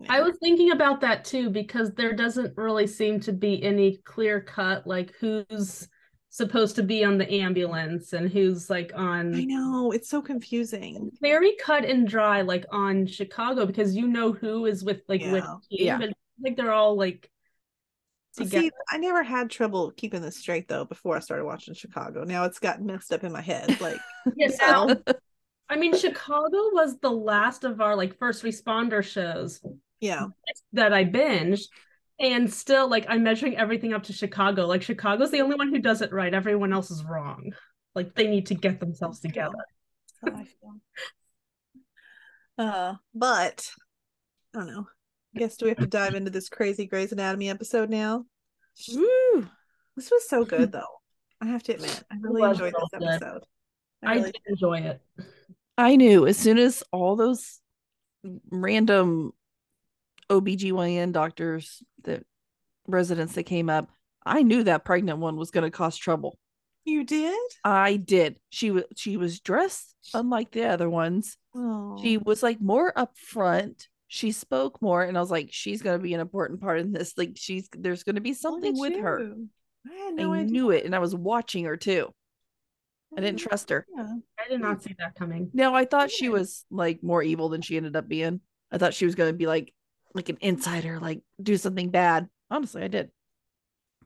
Speaker 3: Yeah.
Speaker 4: I was thinking about that too because there doesn't really seem to be any clear cut like who's supposed to be on the ambulance and who's like
Speaker 3: I
Speaker 4: on
Speaker 3: know it's so confusing.
Speaker 4: very cut and dry like on Chicago because you know who is with like which
Speaker 2: Yeah.
Speaker 3: Yeah.
Speaker 4: team but like they're all like together.
Speaker 3: See, I never had trouble keeping this straight though before I started watching Chicago. Now it's got messed up in my head. Like
Speaker 4: You know? I mean, Chicago was the last of our like first responder shows
Speaker 3: yeah.
Speaker 4: that I binged. And still, like, I'm measuring everything up to Chicago. Like, Chicago's the only one who does it right. Everyone else is wrong. Like, they need to get themselves together.
Speaker 3: That's how I feel. Uh, but I don't know. I guess do we have to dive into this crazy Grey's Anatomy episode now?
Speaker 2: Woo!
Speaker 3: This was
Speaker 2: [LAUGHS]
Speaker 3: so good though. I have to admit, I really
Speaker 4: was
Speaker 3: enjoyed
Speaker 4: so
Speaker 3: this
Speaker 4: good.
Speaker 3: episode. I
Speaker 4: I
Speaker 3: really,
Speaker 4: did enjoy it.
Speaker 2: I knew as soon as all those random OBGYN doctors that residents that came up, I knew that pregnant one was going to cause trouble.
Speaker 3: you did?
Speaker 2: I did. She was she was dressed unlike the other ones.
Speaker 3: Oh,
Speaker 2: She was like more upfront. She spoke more and I was like she's going to be an important part in this. Like she's there's going to be
Speaker 3: look
Speaker 2: something
Speaker 3: at
Speaker 2: with her.
Speaker 3: you. I had
Speaker 2: I
Speaker 3: no idea. Mm-hmm.
Speaker 2: knew it and I was watching her too. I didn't
Speaker 3: no
Speaker 2: trust her.
Speaker 3: idea.
Speaker 4: I did not see that coming.
Speaker 2: No, I thought she
Speaker 3: Yeah.
Speaker 2: was like more evil than she ended up being. I thought she was going to be like like an insider, like do something bad. Honestly, I did.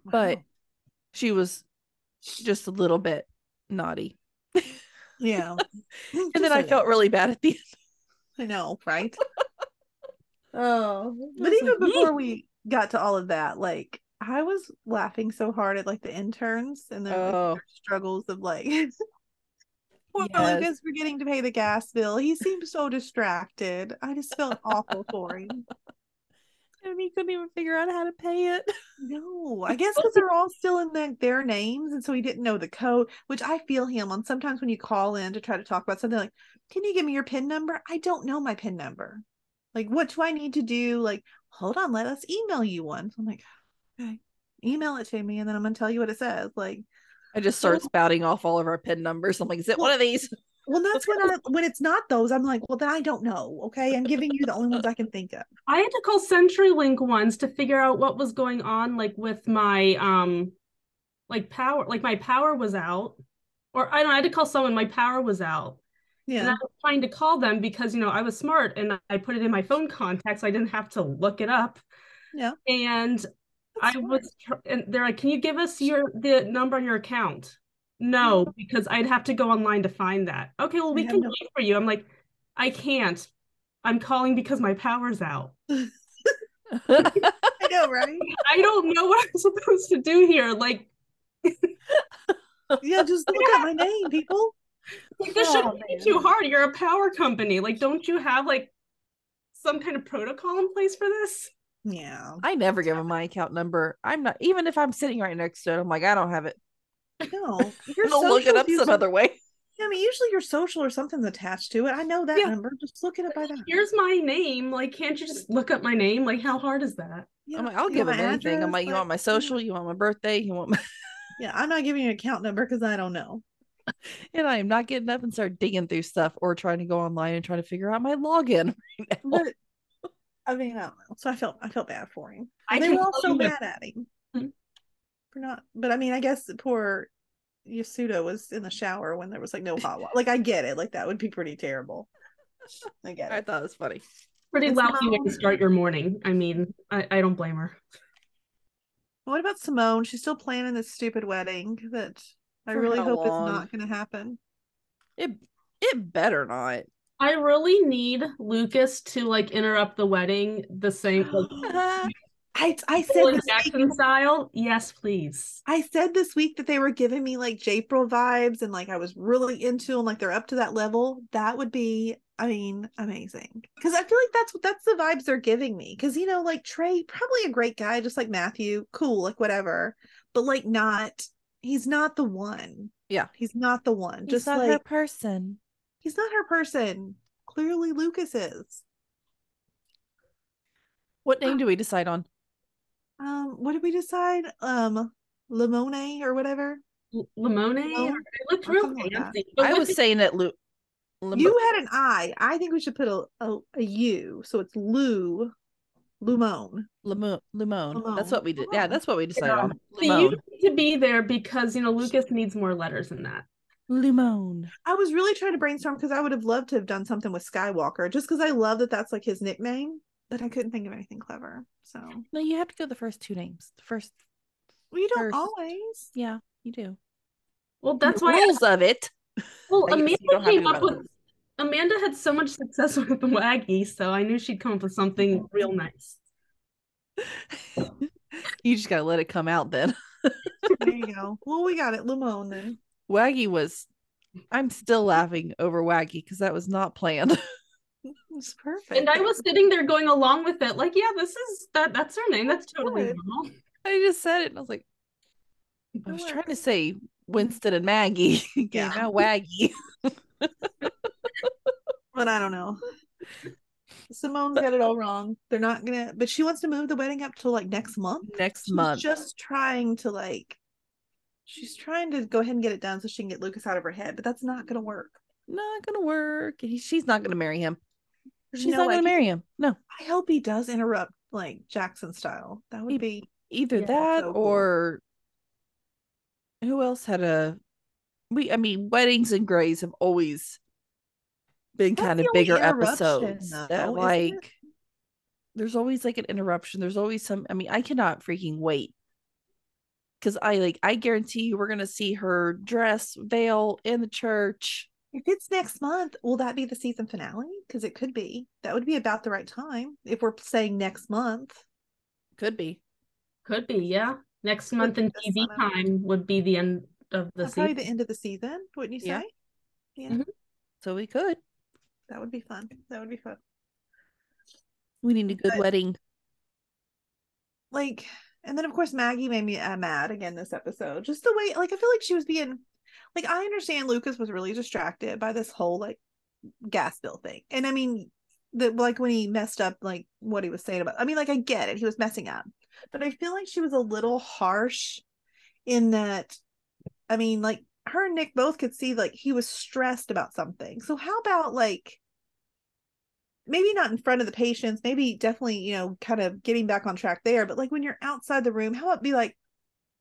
Speaker 2: But
Speaker 3: Wow.
Speaker 2: she was just a little bit naughty.
Speaker 3: yeah, [LAUGHS] Just
Speaker 2: [LAUGHS] And then I
Speaker 3: like-
Speaker 2: felt really bad at the end.
Speaker 3: I know,
Speaker 2: [LAUGHS]
Speaker 3: right? oh, but
Speaker 2: was
Speaker 3: even
Speaker 2: like,
Speaker 3: before we got to all of that, like I was laughing so hard at like the interns and their, like,
Speaker 2: Oh.
Speaker 3: their struggles of like. [LAUGHS] Poor
Speaker 2: Yes.
Speaker 3: Lucas forgetting to pay the gas bill. He seemed so distracted. I just felt awful for him.
Speaker 2: And he couldn't even figure out how to pay it.
Speaker 3: No, I guess because they're all still in the, their names, and so he didn't know the code. Which I feel him on. Sometimes when you call in to try to talk about something, like, can you give me your pin number? I don't know my pin number. Like, what do I need to do? Like, hold on, let us email you one. So I'm like, okay, email it to me, and then I'm gonna tell you what it says. Like,
Speaker 2: I just [LAUGHS] start spouting off all of our pin numbers. I'm like, is it one of these?
Speaker 3: well, that's when
Speaker 2: [LAUGHS]
Speaker 3: I when it's not those, I'm like, well, then I don't know. Okay, I'm giving you the only ones I can think of.
Speaker 4: I had to call CenturyLink once to figure out what was going on, like with my um, like power, like my power was out, or I don't. know, I had to call someone. My power was out, and I
Speaker 2: [LAUGHS]
Speaker 3: Yeah,
Speaker 4: was trying to call them because you know I was smart and I put it in my phone contacts. I didn't have to look it up.
Speaker 3: Yeah.
Speaker 4: And
Speaker 3: That's
Speaker 4: I
Speaker 3: smart.
Speaker 4: was, tr- and they're like, "Can you give us your the number on your account?" No, because I'd have to go online to find that. Okay, well, we
Speaker 3: have
Speaker 4: can
Speaker 3: Mm-hmm. no-
Speaker 4: wait for you. I'm like, I can't. I'm calling because my power's out.
Speaker 3: I know, right?
Speaker 4: I don't know what I'm [LAUGHS] supposed to do here. Like,
Speaker 3: Yeah, just look up my name, people.
Speaker 4: like, this shouldn't
Speaker 3: Oh,
Speaker 4: be
Speaker 3: man.
Speaker 4: too hard. You're a power company. Like, don't you have like some kind of protocol in place for this?
Speaker 3: Yeah.
Speaker 2: I never give him my account number. I'm not even if I'm sitting right next to it, I'm like, I don't have it. [LAUGHS]
Speaker 3: No,
Speaker 2: I'm gonna look it
Speaker 3: socials
Speaker 2: up some
Speaker 3: usually-
Speaker 2: other way.
Speaker 3: I mean, usually your social or something's attached to it. I know that
Speaker 2: Yeah.
Speaker 3: number. Just look it up by that.
Speaker 4: Here's my name. Like, can't you just look up my name? Like, how hard is that?
Speaker 3: Yeah,
Speaker 2: I'm like, I'll
Speaker 3: you
Speaker 2: give
Speaker 3: got
Speaker 2: him
Speaker 3: my
Speaker 2: anything. I'm
Speaker 3: address,
Speaker 2: like, you want my social? You want my birthday? You want my [LAUGHS]
Speaker 3: Yeah, I'm not giving you an account number because I don't know.
Speaker 2: and I am not getting up and start digging through stuff or trying to go online and try to figure out my login. [LAUGHS] Right now.
Speaker 3: But I mean, I don't know. So I felt I felt bad for him.
Speaker 4: I
Speaker 3: And they
Speaker 4: can
Speaker 3: were all
Speaker 4: tell
Speaker 3: so
Speaker 4: you that-
Speaker 3: mad at him
Speaker 4: Hmm.
Speaker 3: for not. But I mean, I guess the poor Yasuda was in the shower when there was like no hot water. Like I get it. Like that would be pretty terrible. I get
Speaker 2: I
Speaker 4: [LAUGHS]
Speaker 3: it.
Speaker 2: thought it was funny.
Speaker 4: pretty
Speaker 3: it's
Speaker 4: lousy way
Speaker 3: not-
Speaker 4: to start your morning. I mean, I, I don't blame her.
Speaker 3: What about Simone? She's still planning this stupid wedding that I
Speaker 2: For
Speaker 3: really
Speaker 2: how
Speaker 3: hope
Speaker 2: long?
Speaker 3: it's not going to
Speaker 4: [GASPS]
Speaker 3: happen.
Speaker 2: It it better not.
Speaker 4: I really need Lucas to like interrupt the wedding
Speaker 3: [GASPS]
Speaker 4: the same
Speaker 2: [GASPS]
Speaker 4: like
Speaker 3: I I said
Speaker 4: Michael
Speaker 3: this week,
Speaker 4: Jackson style. Yes, please.
Speaker 3: I said this week that they were giving me like Japril vibes and like I was really into them like they're up to that level. That would be I mean amazing because I feel like that's what that's the vibes they're giving me because you know like Trey probably a great guy just like Matthew cool like whatever but like not he's not the one
Speaker 2: Yeah.
Speaker 3: he's not the one
Speaker 2: Just
Speaker 3: just
Speaker 2: not
Speaker 3: like
Speaker 2: her person.
Speaker 3: he's not her person clearly Lucas is
Speaker 2: What name do we decide on?
Speaker 3: um what did we decide um Limone or whatever
Speaker 4: L- Limone?
Speaker 3: Limone?
Speaker 4: Or- It looked
Speaker 3: Or
Speaker 4: real
Speaker 3: something like that.
Speaker 4: fancy. But
Speaker 2: I
Speaker 4: with
Speaker 2: was saying it, Luke.
Speaker 3: You had an I. I think we should put a a, a U. So it's Lou, Lumone.
Speaker 2: Limone. Limone. That's
Speaker 3: Limone.
Speaker 2: what we did. Yeah,
Speaker 3: Limone.
Speaker 2: that's what we decided on.
Speaker 4: So you
Speaker 2: Limone.
Speaker 4: need to be there because you know Lucas needs more letters than that.
Speaker 2: Limone.
Speaker 3: I was really trying to brainstorm because I would have loved to have done something with Skywalker, just because I love that that's like his nickname. but I couldn't think of anything clever. So well,
Speaker 2: No, you have to go the first two names. The first,
Speaker 3: you don't
Speaker 2: First.
Speaker 3: always.
Speaker 2: yeah, you do.
Speaker 4: Well, that's
Speaker 2: the
Speaker 4: why.
Speaker 2: rules of it.
Speaker 4: well,
Speaker 2: I guess you
Speaker 4: Amanda
Speaker 2: don't have
Speaker 4: came
Speaker 2: to
Speaker 4: up
Speaker 2: go by
Speaker 4: with. Amanda had so much success [LAUGHS] with the Waggy, so I knew she'd come up with
Speaker 2: Mm-hmm.
Speaker 4: something real nice.
Speaker 2: You just gotta let it come out then.
Speaker 3: There you go. Well, we got it. Limon then.
Speaker 2: Waggy was. I'm still laughing over Waggy because that was not planned. [LAUGHS]
Speaker 3: It's perfect.
Speaker 4: And I was sitting there going along with it, like, yeah, this is that. That's her name. That's totally
Speaker 3: Good.
Speaker 4: normal.
Speaker 2: I just said it, and I was like, I was
Speaker 3: It
Speaker 2: trying to say Winston and Maggie. [LAUGHS] yeah,
Speaker 3: Yeah.
Speaker 2: not Waggy. [LAUGHS]
Speaker 3: but I don't
Speaker 4: [LAUGHS]
Speaker 3: know. Simone's got it all wrong. They're not gonna, but she wants to move the wedding up to like next month.
Speaker 2: Next
Speaker 3: She's
Speaker 2: month,
Speaker 3: just trying to like, she's trying to go ahead and get it done so she can get Lucas out of her head, but that's not gonna work.
Speaker 2: not gonna work. He- she's not gonna marry him.
Speaker 3: There's
Speaker 2: She's
Speaker 3: no
Speaker 2: not
Speaker 3: way.
Speaker 2: gonna marry him. No,
Speaker 3: I hope he does interrupt like Jackson style. That
Speaker 2: He-
Speaker 3: would be
Speaker 2: either
Speaker 4: Yeah,
Speaker 2: that
Speaker 3: so cool.
Speaker 2: or who else had a? We, I mean, weddings and grays have always been
Speaker 3: That's
Speaker 2: kind
Speaker 3: the
Speaker 2: of
Speaker 3: only
Speaker 2: bigger
Speaker 3: interruption,
Speaker 2: episodes.
Speaker 3: though,
Speaker 2: that
Speaker 3: isn't it?
Speaker 2: like, there's always like an interruption. There's always some. I mean, I cannot freaking wait because I like. I guarantee you, we're gonna see her dress veil in the church.
Speaker 3: if it's next month, will that be the season finale? Because it could be. That would be about the right time if we're saying next month.
Speaker 2: Could be.
Speaker 4: Could be, yeah. Next month in
Speaker 3: Wouldn't this
Speaker 4: TV
Speaker 3: summer.
Speaker 4: time would be the end of the
Speaker 3: That's probably
Speaker 4: season.
Speaker 3: the end of the season, wouldn't you
Speaker 2: Yeah. Mm-hmm.
Speaker 3: say? Yeah,
Speaker 4: Mhm.
Speaker 2: So we could.
Speaker 3: that would be fun. That would be fun.
Speaker 2: We need a good
Speaker 3: But-
Speaker 2: wedding.
Speaker 3: Like, and then of course Maggie made me uh, mad again this episode. Just the way, like, I feel like she was being, like, I understand Lucas was really distracted by this whole like gas bill thing, and I mean, the like when he messed up, like what he was saying about. I mean, like, I get it, he was messing up, but I feel like she was a little harsh in that. I mean, like her and Nick both could see like he was stressed about something. So how about like maybe not in front of the patients, maybe definitely, you know, kind of getting back on track there. But like when you're outside the room, how about be like,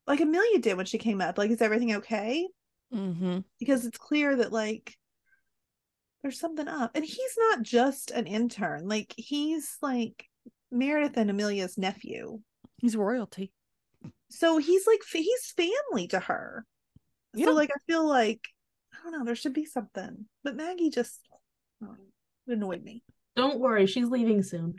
Speaker 3: like Amelia did when she came up, like, is everything okay?
Speaker 2: Mm-hmm.
Speaker 3: Because it's clear that like there's something up. And he's not just an intern, like, he's like Meredith and Amelia's nephew.
Speaker 2: He's royalty.
Speaker 3: So he's like, fa- he's family to her.
Speaker 2: Yeah.
Speaker 3: So like, I feel like, I don't know, there should be something. But Maggie just oh, annoyed me.
Speaker 4: Don't worry, she's leaving soon.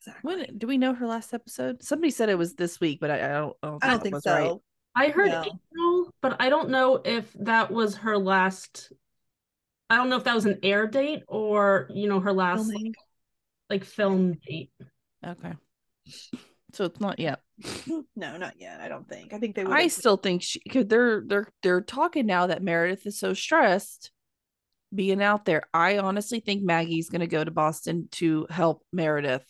Speaker 3: Exactly.
Speaker 2: When do we know her last episode? Somebody said it was this week, but I, I don't. I don't think,
Speaker 3: I don't
Speaker 2: that
Speaker 3: think
Speaker 2: was
Speaker 3: so.
Speaker 2: right.
Speaker 4: I heard
Speaker 3: Yeah.
Speaker 4: April, but I don't know if that was her last. I don't know if that was an air date or, you know, her last
Speaker 3: Filming.
Speaker 4: like film date.
Speaker 2: Okay. So it's not yet.
Speaker 3: No, not yet. I don't think. I think they would.
Speaker 2: I
Speaker 3: have-
Speaker 2: still think she because they're they're they're talking now that Meredith is so stressed being out there. I honestly think Maggie's gonna go to Boston to help Meredith.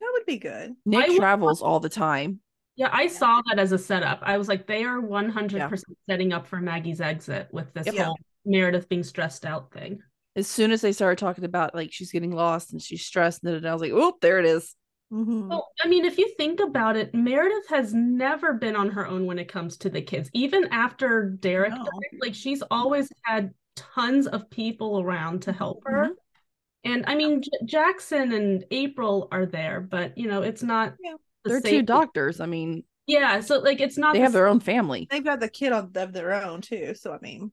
Speaker 3: that would be good.
Speaker 2: Nick
Speaker 4: would-
Speaker 2: travels all the time.
Speaker 4: Yeah, I saw that as a setup. I was like, they are 100% setting up for Maggie's exit with this
Speaker 3: Yeah. Mm-hmm.
Speaker 4: whole Meredith being stressed out thing.
Speaker 2: As soon as they started talking about like she's getting lost and she's stressed, and I was like, oh, there it is. Oh,
Speaker 3: Mhm.
Speaker 4: Well, I mean, if you think about it, Meredith has never been on her own when it comes to the kids. Even after Derek,
Speaker 3: No.
Speaker 4: died, like she's always had tons of people around to help her.
Speaker 3: Mm-hmm.
Speaker 2: Mhm.
Speaker 4: And I mean, J- Jackson and April are there, but you know, it's not
Speaker 3: Yeah.
Speaker 4: the
Speaker 2: They're two
Speaker 4: same-
Speaker 2: doctors. I mean,
Speaker 4: Yeah, so like it's not
Speaker 2: they
Speaker 4: the
Speaker 2: have
Speaker 4: same-
Speaker 2: their own family.
Speaker 3: They've got the kid on of their own too. So I mean,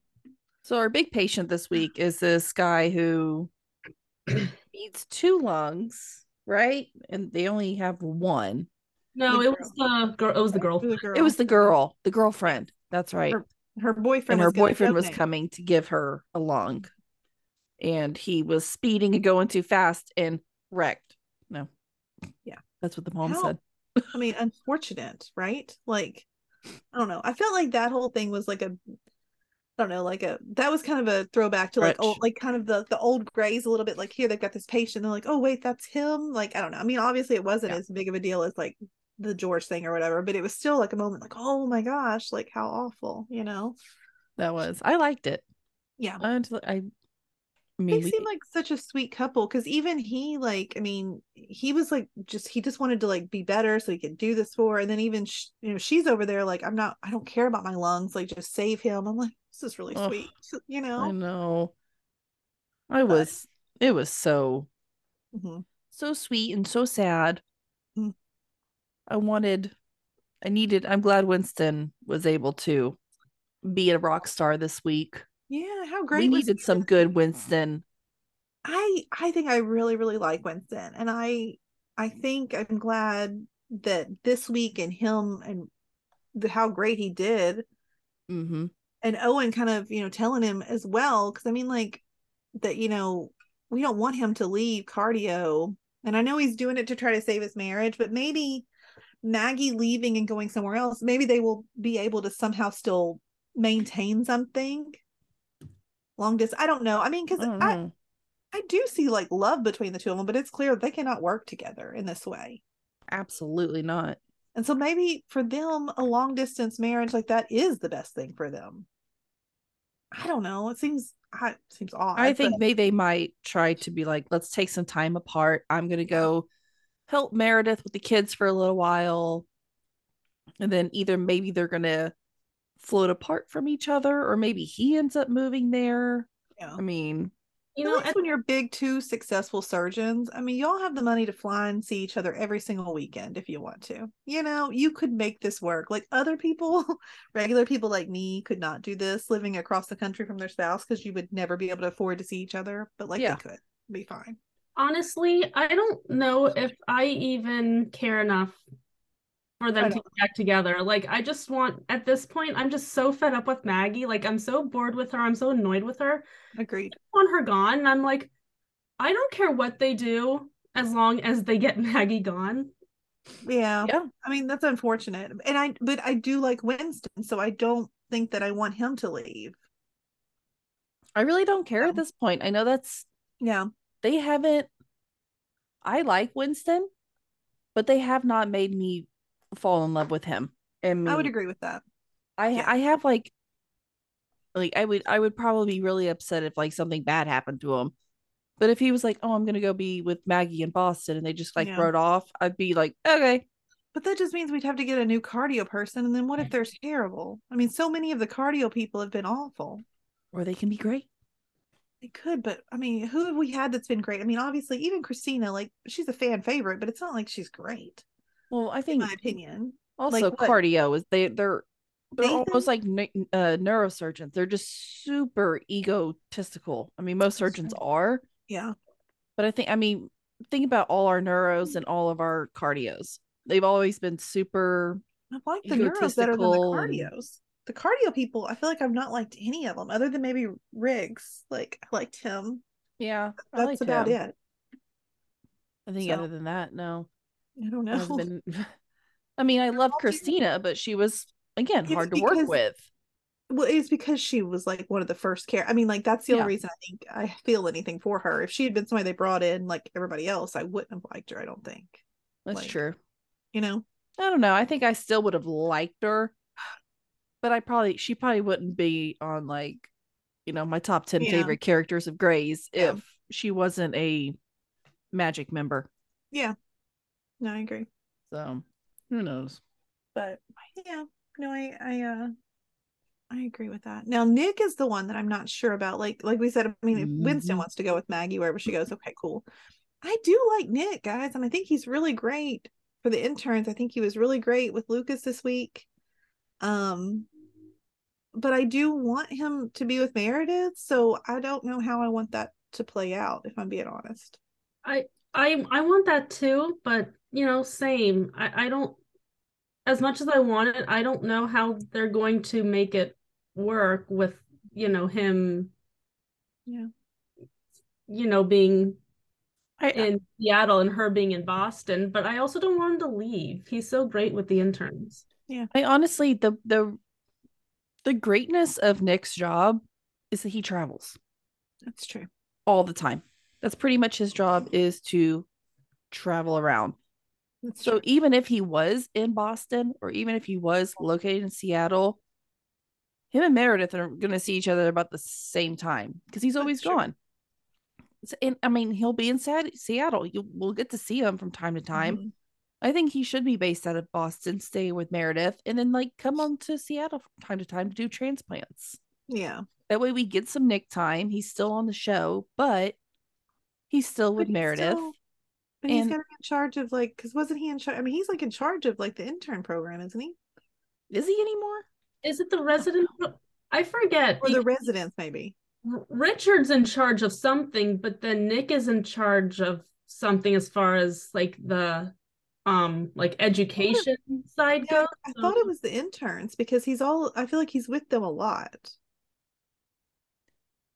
Speaker 2: So our big patient
Speaker 3: [SIGHS]
Speaker 2: this week is this guy who
Speaker 3: [CLEARS THROAT]
Speaker 2: needs two lungs, right? And they only have one.
Speaker 4: no,
Speaker 3: the
Speaker 4: it was the girl. It was the girl.
Speaker 3: the girl.
Speaker 2: It was the girl, the girlfriend. That's right.
Speaker 3: Her her boyfriend.
Speaker 2: and her
Speaker 3: was gonna
Speaker 2: boyfriend was
Speaker 3: donate.
Speaker 2: coming to give her a lung. And he was speeding and going too fast and wrecked. No.
Speaker 3: Yeah.
Speaker 2: That's what the mom
Speaker 3: How-
Speaker 2: said.
Speaker 3: I mean, unfortunate, right? Like, I don't know. I felt like that whole thing was like a, I don't know, like a that was kind of a throwback to like
Speaker 2: Stretch.
Speaker 3: old, like kind of the the old Grays a little bit. Like here they've got this patient. They're like, oh wait, that's him. Like I don't know. I mean, obviously it wasn't
Speaker 2: Yeah.
Speaker 3: as big of a deal as like the George thing or whatever, but it was still like a moment. Like oh my gosh, like how awful, you know?
Speaker 2: That was. I liked it.
Speaker 3: Yeah.
Speaker 2: I, had to- I, I mean,
Speaker 3: They
Speaker 2: we,
Speaker 3: seem like such a sweet couple because even he, like, I mean, he was like, just he just wanted to like be better so he could do this for. her. And then even sh- you know, she's over there like, I'm not, I don't care about my lungs, like, just save him. I'm like, this is really
Speaker 2: Ugh.
Speaker 3: sweet, you
Speaker 2: I
Speaker 3: know.
Speaker 2: know. I
Speaker 3: But-
Speaker 2: was, it was so
Speaker 3: Mhm.
Speaker 2: so sweet and so sad.
Speaker 3: Mm.
Speaker 2: I wanted, I needed, I'm glad Winston was able to be a rock star this week.
Speaker 3: Yeah, how
Speaker 2: we
Speaker 3: great. was
Speaker 2: needed
Speaker 3: he?
Speaker 2: some good Winston.
Speaker 3: I I think I really really like Winston, and I I think I'm glad that this week and him and the, how great he did,
Speaker 2: Mm-hmm.
Speaker 3: and Owen kind of you know telling him as well, because I mean like that you know we don't want him to leave cardio, and I know he's doing it to try to save his marriage, but maybe Maggie leaving and going somewhere else, maybe they will be able to somehow still maintain something long distance. I don't know. I mean, because I
Speaker 2: Mm-hmm.
Speaker 3: I do see like love between the two of them, but it's clear they cannot work together in this way.
Speaker 2: Absolutely not.
Speaker 3: And so maybe for them, a long distance marriage like that is the best thing for them. I don't know. It seems I, it seems odd.
Speaker 2: I think they they might try to be like, let's take some time apart. I'm gonna go help Meredith with the kids for a little while, and then either maybe they're gonna float apart from each other, or maybe he ends up moving there.
Speaker 3: Yeah.
Speaker 2: I mean,
Speaker 4: You know, at
Speaker 3: when you're big, two successful surgeons, I mean, y'all have the money to fly and see each other every single weekend if you want to. You know, you could make this work. Like other people, [LAUGHS] regular people like me, could not do this living across the country from their spouse because you would never be able to afford to see each other. But like
Speaker 2: Yeah.
Speaker 3: they could be fine.
Speaker 4: honestly, I don't know if I even care enough for
Speaker 3: I
Speaker 4: them to
Speaker 3: don't.
Speaker 4: get back together. Like, I just want, at this point, I'm just so fed up with Maggie. Like, I'm so bored with her. I'm so annoyed with her.
Speaker 3: Agreed.
Speaker 4: I want her gone. And I'm like, I don't care what they do as long as they get [LAUGHS] Maggie gone.
Speaker 3: Yeah.
Speaker 2: yeah,
Speaker 3: I mean, that's unfortunate. And I, but I do like Winston, so I don't think that I want him to leave.
Speaker 2: I really don't care
Speaker 3: Yeah.
Speaker 2: at this point. I know that's
Speaker 3: Yeah.
Speaker 2: they haven't. I like Winston, but they have not made me fall in love with him. And
Speaker 3: I would
Speaker 2: mean,
Speaker 3: agree with that.
Speaker 2: I
Speaker 3: Yeah.
Speaker 2: I have like like I would I would probably be really upset if like something bad happened to him. But if he was like, "Oh, I'm going to go be with Maggie in Boston," and they just like
Speaker 3: Yeah.
Speaker 2: rode off, I'd be like, "Okay."
Speaker 3: But that just means we'd have to get a new cardio person. And then what if they're terrible? I mean, so many of the cardio people have been awful.
Speaker 2: Or they can be great.
Speaker 3: They could, but I mean, who have we had that's been great? I mean, obviously, even Christina, like, she's a fan favorite, but it's not like she's great,
Speaker 2: Well, I
Speaker 3: in
Speaker 2: think
Speaker 3: my opinion.
Speaker 2: also
Speaker 3: what?
Speaker 2: cardio is they they're they're
Speaker 3: Nathan?
Speaker 2: almost like ne- uh, neurosurgeons. They're just super egotistical. I mean, most
Speaker 3: That's
Speaker 2: surgeons
Speaker 3: right.
Speaker 2: are,
Speaker 3: Yeah.
Speaker 2: but I think I mean, think about all our neuros and all of our cardios. They've always been super
Speaker 3: I like the neuros better than the
Speaker 2: Egotistical and-
Speaker 3: cardios. The cardio people, I feel like I've not liked any of them other than maybe Riggs. Like, I liked him.
Speaker 2: yeah. I
Speaker 3: That's
Speaker 2: liked
Speaker 3: about
Speaker 2: him.
Speaker 3: it.
Speaker 2: I think
Speaker 3: So-
Speaker 2: other than that, no.
Speaker 3: [LAUGHS] I don't
Speaker 2: I
Speaker 3: know.
Speaker 2: haven't been- [LAUGHS] I mean, I love
Speaker 3: Well, because-
Speaker 2: Christina, but she was again
Speaker 3: It's
Speaker 2: hard to work
Speaker 3: because-
Speaker 2: with.
Speaker 3: [LAUGHS] Well, it's because she was like one of the first care. I mean, like that's the
Speaker 2: Yeah.
Speaker 3: only reason I think I feel anything for her. If she had been somebody they brought in like everybody else, I wouldn't have liked her. I don't think.
Speaker 2: That's
Speaker 3: like-
Speaker 2: true.
Speaker 3: You know,
Speaker 2: I don't know. I think I still would have liked her, but I probably she probably wouldn't be on like, you know, my top ten
Speaker 3: Yeah.
Speaker 2: favorite characters of Grey's
Speaker 3: Yeah.
Speaker 2: if she wasn't a magic member.
Speaker 3: no, I agree.
Speaker 2: So who knows?
Speaker 3: But yeah, no, I, I, uh, I agree with that. Now Nick is the one that I'm not sure about. Like, like we said, I mean, if Winston
Speaker 2: Mhm.
Speaker 3: wants to go with Maggie wherever she goes, okay, cool. I do like Nick, guys, and I think he's really great for the interns. I think he was really great with Lucas this week. Um, but I do want him to be with Meredith, so I don't know how I want that to play out. If I'm being honest,
Speaker 4: I I want that too, but you know, same. I, I don't as much as I want it, I don't know how they're going to make it work with, you know, him
Speaker 3: Yeah.
Speaker 4: you know, being
Speaker 2: I,
Speaker 4: in Seattle and her being in Boston, but I also don't want him to leave. He's so great with the interns.
Speaker 2: I honestly the the the greatness of Nick's job is that he travels.
Speaker 3: that's true.
Speaker 2: all the time. That's pretty much his job is to travel around.
Speaker 3: That's
Speaker 2: So
Speaker 3: true.
Speaker 2: even if he was in Boston or even if he was located in Seattle, him and Meredith are going to see each other about the same time because he's always
Speaker 3: true.
Speaker 2: gone. So- And I mean, he'll be in Seat- Seattle. You will get to see him from time to time.
Speaker 3: Mhm.
Speaker 2: I think he should be based out of Boston, stay with Meredith, and then like come on to Seattle from time to time to do transplants.
Speaker 3: Mm-hmm. Yeah,
Speaker 2: That way we get some Nick time. He's still on the show, but he's still with
Speaker 3: But he's
Speaker 2: Meredith.
Speaker 3: still- But he's
Speaker 2: And-
Speaker 3: got to be in charge of like, because wasn't he in charge? I mean, he's like in charge of like the intern program, isn't he?
Speaker 2: Is he anymore?
Speaker 4: Is it the resident? I forget.
Speaker 3: Or the residents, maybe.
Speaker 4: R- Richard's in charge of something, but then Nick is in charge of something as far as like the um like education side
Speaker 3: Yeah,
Speaker 4: goes. um,
Speaker 3: I thought it was the interns because he's all. I feel like he's with them a lot.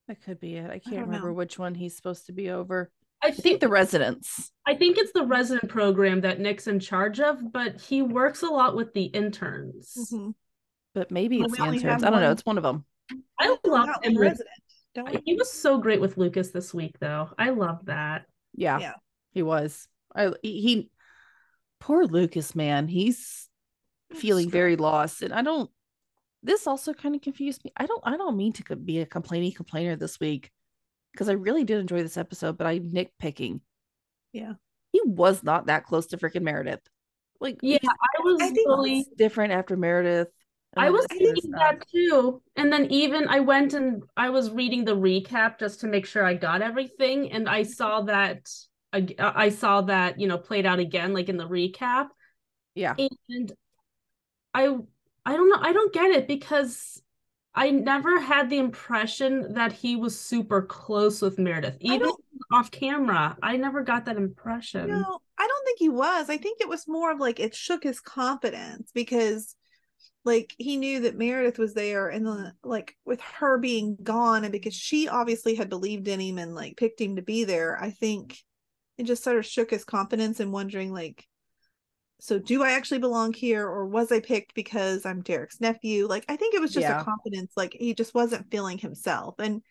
Speaker 2: That could be it. I can't
Speaker 3: don't
Speaker 2: remember
Speaker 3: know.
Speaker 2: which one he's supposed to be over.
Speaker 4: I
Speaker 2: I think
Speaker 4: think
Speaker 2: the residents.
Speaker 4: I think it's the resident program that Nick's in charge of, but he works a lot with the interns.
Speaker 3: Mhm.
Speaker 2: but maybe
Speaker 3: Well,
Speaker 2: it's
Speaker 3: we
Speaker 2: the
Speaker 3: only
Speaker 2: interns.
Speaker 3: have
Speaker 2: I don't know.
Speaker 3: one-
Speaker 2: It's one of them.
Speaker 4: I love
Speaker 3: Not
Speaker 4: him.
Speaker 3: one
Speaker 4: with-
Speaker 3: resident. Don't we?
Speaker 4: He was so great with Lucas this week, though. I love that.
Speaker 2: Yeah,
Speaker 3: Yeah.
Speaker 2: he was. I he he- poor Lucas man. He's feeling very lost, and I don't. This also kind of confused me. I don't. I don't mean to co- be a complaining complainer this week because I really did enjoy this episode, but I'm nitpicking.
Speaker 3: Yeah.
Speaker 2: he was not that close to freaking Meredith. Like
Speaker 4: Yeah, I was
Speaker 3: I think
Speaker 4: really
Speaker 2: it's different after Meredith. and
Speaker 4: I
Speaker 2: all
Speaker 4: was
Speaker 2: Oh, this uh, other
Speaker 4: thinking
Speaker 2: stuff.
Speaker 4: that too. And then even I went and I was reading the recap just to make sure I got everything. And I saw that ag- uh, I saw that, you know, played out again, like in the recap.
Speaker 2: Yeah,
Speaker 4: And I I don't know, I don't get it because I never had the impression that he was super close with Meredith. Even
Speaker 3: don't-
Speaker 4: off camera, I never got that impression.
Speaker 3: No, I don't think he was. I think it was more of like it shook his confidence because like he knew that Meredith was there and then like with her being gone and because she obviously had believed in him and like picked him to be there, I think it just sort of shook his confidence and wondering like so do I actually belong here or was I picked because I'm Derek's nephew? Like I think it was just
Speaker 2: Yeah.
Speaker 3: a confidence like he just wasn't feeling himself and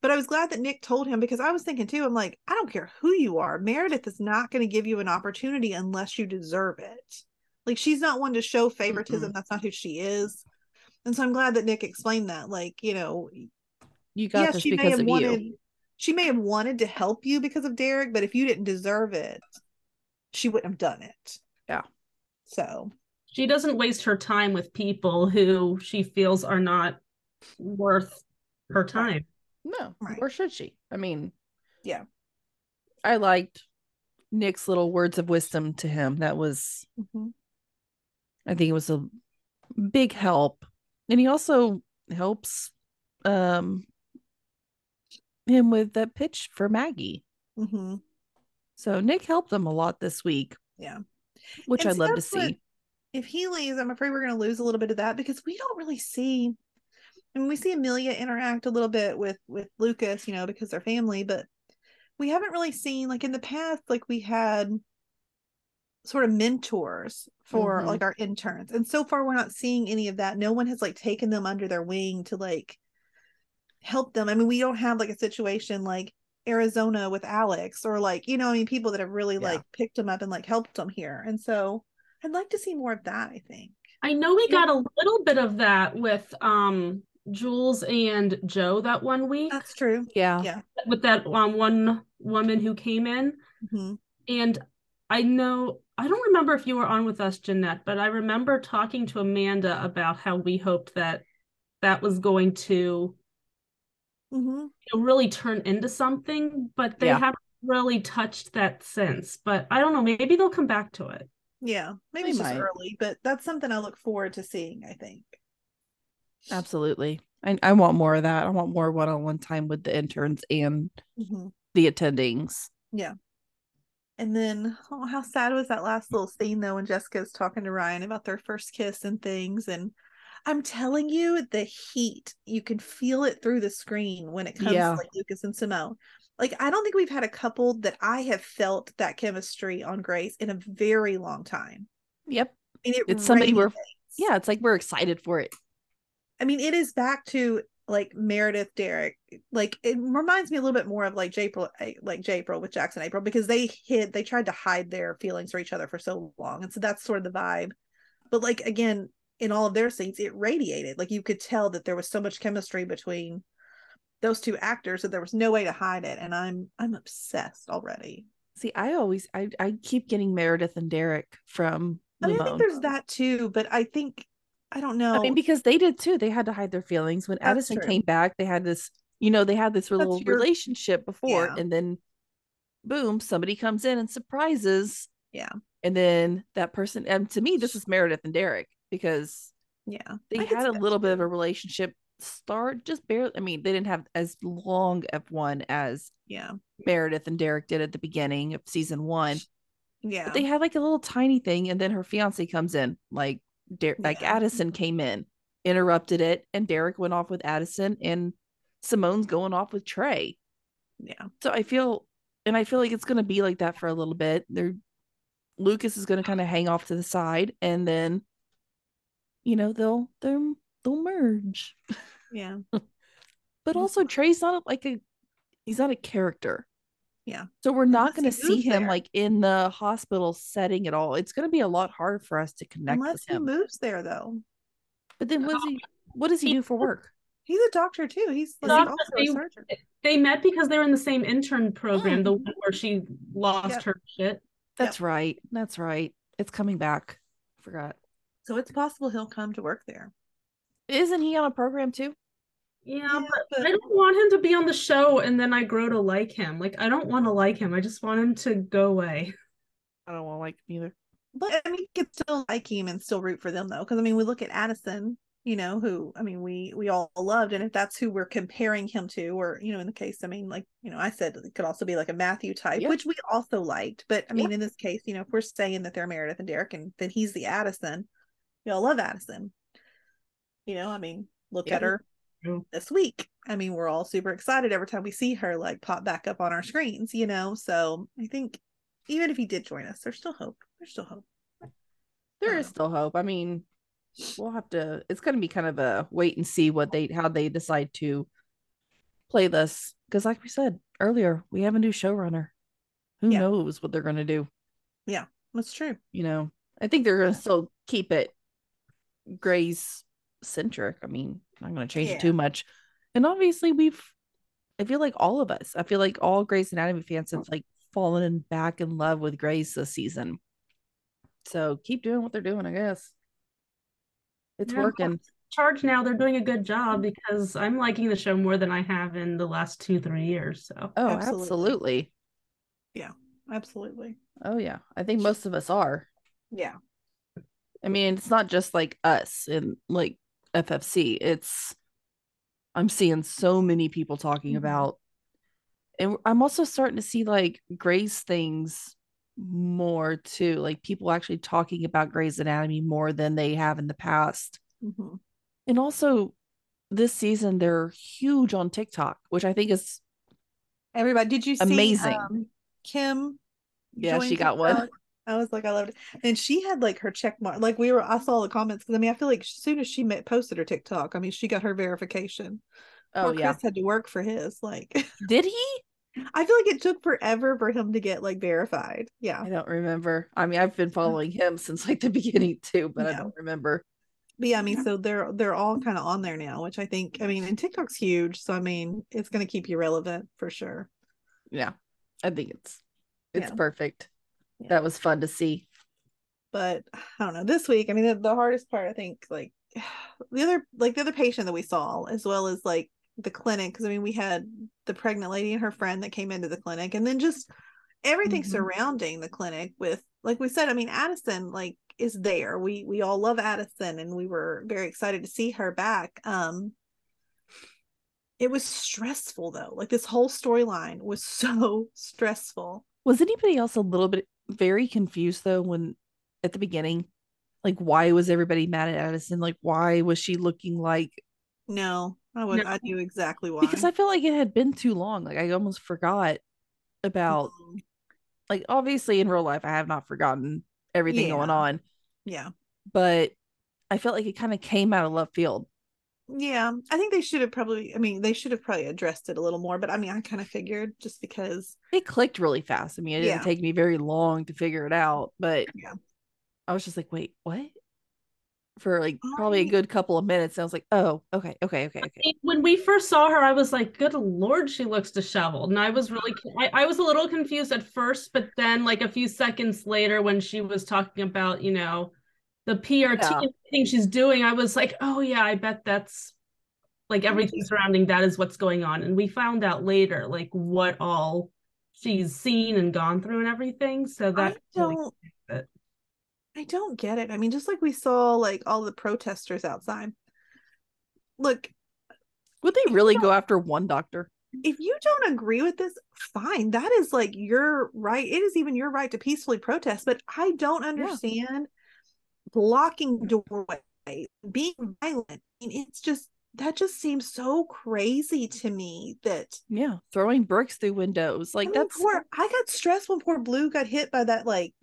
Speaker 3: but I was glad that Nick told him because I was thinking too, I'm like, I don't care who you are. Meredith is not going to give you an opportunity unless you deserve it. Like, she's not one to show favoritism. That's not who she is. And so I'm glad that Nick explained that. Like, you know,
Speaker 2: you got
Speaker 3: yeah,
Speaker 2: this
Speaker 3: she may
Speaker 2: because
Speaker 3: have
Speaker 2: of
Speaker 3: wanted,
Speaker 2: you.
Speaker 3: she may have wanted to help you because of Derek, but if you didn't deserve it, she wouldn't have done it.
Speaker 2: Yeah.
Speaker 3: So
Speaker 4: she doesn't waste her time with people who she feels are not worth her time.
Speaker 2: No,
Speaker 3: Right.
Speaker 2: or should she? I mean,
Speaker 3: Yeah.
Speaker 2: I liked Nick's little words of wisdom to him. That was,
Speaker 3: mhm.
Speaker 2: I think it was a big help. And he also helps um him with that pitch for Maggie.
Speaker 3: Mhm.
Speaker 2: So Nick helped them a lot this week.
Speaker 3: Yeah.
Speaker 2: Which
Speaker 3: And
Speaker 2: I
Speaker 3: see,
Speaker 2: love to
Speaker 3: that's what-
Speaker 2: see.
Speaker 3: if he leaves, I'm afraid we're going to lose a little bit of that because we don't really see. I mean, we see Amelia interact a little bit with with Lucas, you know, because they're family, but we haven't really seen like in the past, like we had sort of mentors for
Speaker 2: Mhm.
Speaker 3: like our interns, and so far we're not seeing any of that. No one has like taken them under their wing to like help them. I mean, we don't have like a situation like Arizona with Alex or like you know, I mean, people that have really
Speaker 2: Yeah.
Speaker 3: like picked them up and like helped them here, and so. I'd like to see more of that, I think.
Speaker 4: I know we
Speaker 3: Yeah.
Speaker 4: got a little bit of that with um Jules and Joe that one week
Speaker 3: That's true.
Speaker 2: Yeah.
Speaker 3: Yeah.
Speaker 4: with that um, one woman who came in
Speaker 3: hmm
Speaker 4: and I know I don't remember if you were on with us Jeanette but I remember talking to Amanda about how we hoped that that was going to
Speaker 3: hmm
Speaker 4: you know, really turn into something but they
Speaker 2: Yeah.
Speaker 4: haven't really touched that since but I don't know maybe they'll come back to it
Speaker 3: Yeah. Maybe
Speaker 2: We
Speaker 3: it's just
Speaker 2: might.
Speaker 3: early, but that's something I look forward to seeing, I think.
Speaker 2: Absolutely. I, I want more of that. I want more one on one time with the interns and
Speaker 3: hmm
Speaker 2: the attendings.
Speaker 3: And then, oh, how sad was that last little scene though, when Jessica's talking to Ryan about their first kiss and things. And I'm telling you, the heat, you can feel it through the screen when it comes
Speaker 2: Yeah.
Speaker 3: to like Lucas and Simone. Like, I don't think we've had a couple that I have felt that chemistry on Grace in a very long time.
Speaker 2: Yep.
Speaker 3: And it
Speaker 2: It's somebody we're-
Speaker 3: radiates.
Speaker 2: Yeah. It's like we're excited for it.
Speaker 3: I mean, it is back to like Meredith, Derek. Like it reminds me a little bit more of like April, like April with Jackson April because they hid, they tried to hide their feelings for each other for so long, and so that's sort of the vibe. But like again, in all of their scenes, it radiated. Like you could tell that there was so much chemistry between those two actors that there was no way to hide it. And I'm I'm obsessed already.
Speaker 2: See, I always I I keep getting Meredith and Derek from
Speaker 3: Oh, I, mean,
Speaker 2: Lumone.
Speaker 3: I think there's that too, but I think I don't know.
Speaker 2: I mean, because they did too. They had to hide their feelings when
Speaker 3: That's
Speaker 2: Addison
Speaker 3: true.
Speaker 2: came back. They had this, you know, they had this little
Speaker 3: your-
Speaker 2: relationship before,
Speaker 3: Yeah.
Speaker 2: and then boom, somebody comes in and surprises.
Speaker 3: Yeah.
Speaker 2: And then that person, and to me, this is Meredith and Derek because
Speaker 3: Yeah.
Speaker 2: they
Speaker 3: I could
Speaker 2: had a
Speaker 3: see
Speaker 2: little bit of a relationship start, just barely. I mean, they didn't have as long of one as
Speaker 3: that. Yeah.
Speaker 2: Meredith and Derek did at the beginning of season one.
Speaker 3: Yeah.
Speaker 2: But they had like a little tiny thing, and then her fiance comes in, like Der- like
Speaker 3: Yeah.
Speaker 2: Addison came in, interrupted it, and Derek went off with Addison, and Simone's going off with Trey.
Speaker 3: yeah.
Speaker 2: So I feel, and I feel like it's gonna be like that for a little bit. They're Lucas is gonna kind of hang off to the side, and then, you know, they'll they'll they'll merge.
Speaker 3: Yeah.
Speaker 2: But
Speaker 3: Mhm.
Speaker 2: also Trey's not like a he's not a character.
Speaker 3: Yeah.
Speaker 2: So we're not going to
Speaker 3: Unless he
Speaker 2: see
Speaker 3: moves
Speaker 2: him
Speaker 3: there.
Speaker 2: like in the hospital setting at all. It's going to be a lot harder for us to connect
Speaker 3: Unless
Speaker 2: with
Speaker 3: he
Speaker 2: him.
Speaker 3: moves there though.
Speaker 2: but then what does
Speaker 3: [LAUGHS]
Speaker 2: he what does he do for work?
Speaker 3: He's a doctor too. He's like
Speaker 4: Doctor,
Speaker 3: also
Speaker 4: they-
Speaker 3: a surgeon.
Speaker 4: They met because they were in the same intern program,
Speaker 2: Mm.
Speaker 4: the one where she lost
Speaker 3: Yep.
Speaker 4: her shit.
Speaker 2: That's right. That's right. It's coming back. Forgot.
Speaker 3: So it's possible he'll come to work there.
Speaker 2: Isn't he on a program too?
Speaker 4: Yeah,
Speaker 3: Yeah,
Speaker 4: but
Speaker 3: but-
Speaker 4: I don't want him to be on the show and then I grow to like him. Like I don't want to like him. I just want him to go away.
Speaker 2: I don't want to like him either.
Speaker 3: But I mean, you can still like him and still root for them though, because I mean, we look at Addison, you know, who I mean, we we all loved, and if that's who we're comparing him to, or you know, in the case, I mean, like you know, I said it could also be like a Matthew type,
Speaker 2: Yeah.
Speaker 3: which we also liked. But I mean,
Speaker 2: Yeah.
Speaker 3: in this case, you know, if we're saying that they're Meredith and Derek, and then he's the Addison, we all love Addison. You know, I mean, look
Speaker 2: Yeah.
Speaker 3: at her
Speaker 4: Yeah.
Speaker 3: this week. I mean, we're all super excited every time we see her like pop back up on our screens, you know. So I think even if he did join us, there's still hope. There's still hope.
Speaker 2: There
Speaker 3: Yeah.
Speaker 2: is still hope. I mean, we'll have to it's going to be kind of a wait and see what they how they decide to play this because like we said earlier, we have a new showrunner. Who
Speaker 3: Yeah.
Speaker 2: knows what they're going to do?
Speaker 3: That's true.
Speaker 2: you know i think they're gonna still keep it grays centric i mean i'm not gonna change
Speaker 3: Yeah.
Speaker 2: it too much and obviously we've i feel like all of us i feel like all grays anatomy fans have like fallen back in love with grays this season so keep doing what they're doing i guess it's
Speaker 4: Yeah.
Speaker 2: working
Speaker 4: Charge now, they're doing a good job because I'm liking the show more than I have in the last two, three years. So
Speaker 2: oh
Speaker 3: Absolutely.
Speaker 2: absolutely
Speaker 3: Absolutely.
Speaker 2: oh yeah i think most of us are
Speaker 3: Yeah.
Speaker 2: I mean, it's not just like us and like FFC. It's I'm seeing so many people talking
Speaker 3: Mhm.
Speaker 2: about and I'm also starting to see like Grey's things more too. Like people actually talking about Grey's Anatomy more than they have in the past.
Speaker 3: hmm
Speaker 2: And also this season they're huge on TikTok, which I think is
Speaker 3: Everybody, did you see
Speaker 2: Amazing.
Speaker 3: um, Kim?
Speaker 2: Yeah,
Speaker 3: join
Speaker 2: she got one.
Speaker 3: TikTok? I was like, I loved it. And she had like her check mark. Like we were, I saw the comments because I mean, I feel like as soon as she met, posted her TikTok, I mean, she got her verification.
Speaker 2: Oh
Speaker 3: Poor
Speaker 2: yeah.
Speaker 3: Chris had to work for his. Like, [LAUGHS]
Speaker 2: Did he?
Speaker 3: I feel like it took forever for him to get like verified. Yeah.
Speaker 2: I don't remember. I mean, I've been following him since like the [LAUGHS] beginning too, but I
Speaker 3: Yeah.
Speaker 2: don't remember.
Speaker 3: But yeah, I mean, so they're they're all kind of on there now, which I think. I mean, and TikTok's huge, so I mean, it's going to keep you relevant for sure.
Speaker 2: yeah i think it's it's
Speaker 3: Yeah.
Speaker 2: perfect
Speaker 3: Yeah.
Speaker 2: that was fun to see
Speaker 3: but I don't know. This week, I mean, the, the hardest part, I think, like [SIGHS] the other, like the other patient that we saw, as well as like the clinic, because I mean, we had the pregnant lady and her friend that came into the clinic, and then just everything
Speaker 2: Mhm.
Speaker 3: surrounding the clinic. With like we said, I mean, Addison, like is there. We we all love Addison, and we were very excited to see her back. Um, it was stressful though. Like this whole storyline was [LAUGHS] so stressful.
Speaker 2: was anybody else a little bit very confused though when at the beginning like why was everybody mad at addison like why was she looking like
Speaker 3: No, I would.
Speaker 4: No.
Speaker 3: I knew exactly why.
Speaker 2: because i feel like it had been too long like i almost forgot about
Speaker 3: Mhm.
Speaker 2: like obviously in real life i have not forgotten everything going
Speaker 3: Yeah.
Speaker 2: on
Speaker 3: Yeah.
Speaker 2: but i felt like it kind of came out of left field
Speaker 3: Yeah. I think they should have probably, I mean, they should have probably addressed it a little more, but I mean, I kind of figured just because,
Speaker 2: it clicked really fast. I mean, it
Speaker 3: Yeah.
Speaker 2: didn't take me very long to figure it out, but
Speaker 3: Yeah.
Speaker 2: I was just like, wait, what? For like probably a
Speaker 3: I-
Speaker 2: good couple of minutes. I was like, oh, okay, okay, okay,
Speaker 3: [LAUGHS]
Speaker 2: okay.
Speaker 4: when we first saw her, I was like, good lord, she looks disheveled. And I was really, I, I was a little confused at first, but then like a few seconds later, when she was talking about, you know, the PRT
Speaker 2: Yeah.
Speaker 4: thing she's doing, I was like, oh yeah, I bet that's like everything surrounding that is what's going on. And we found out later, like what all she's seen and gone through and everything. So
Speaker 3: I
Speaker 4: that really-
Speaker 3: don't.
Speaker 4: it.
Speaker 3: I don't get it. I mean, just like we saw, like all the protesters outside. Look,
Speaker 2: Would they really go after one doctor?
Speaker 3: if you don't agree with this, fine. That is like your right. It is even your right to peacefully protest. But I don't understand blocking doorway, being violent. I mean, it's just that just seems so crazy to me that
Speaker 2: Yeah, throwing bricks through windows like
Speaker 3: I mean,
Speaker 2: that's
Speaker 3: poor. I got stressed when poor Blue got hit by that like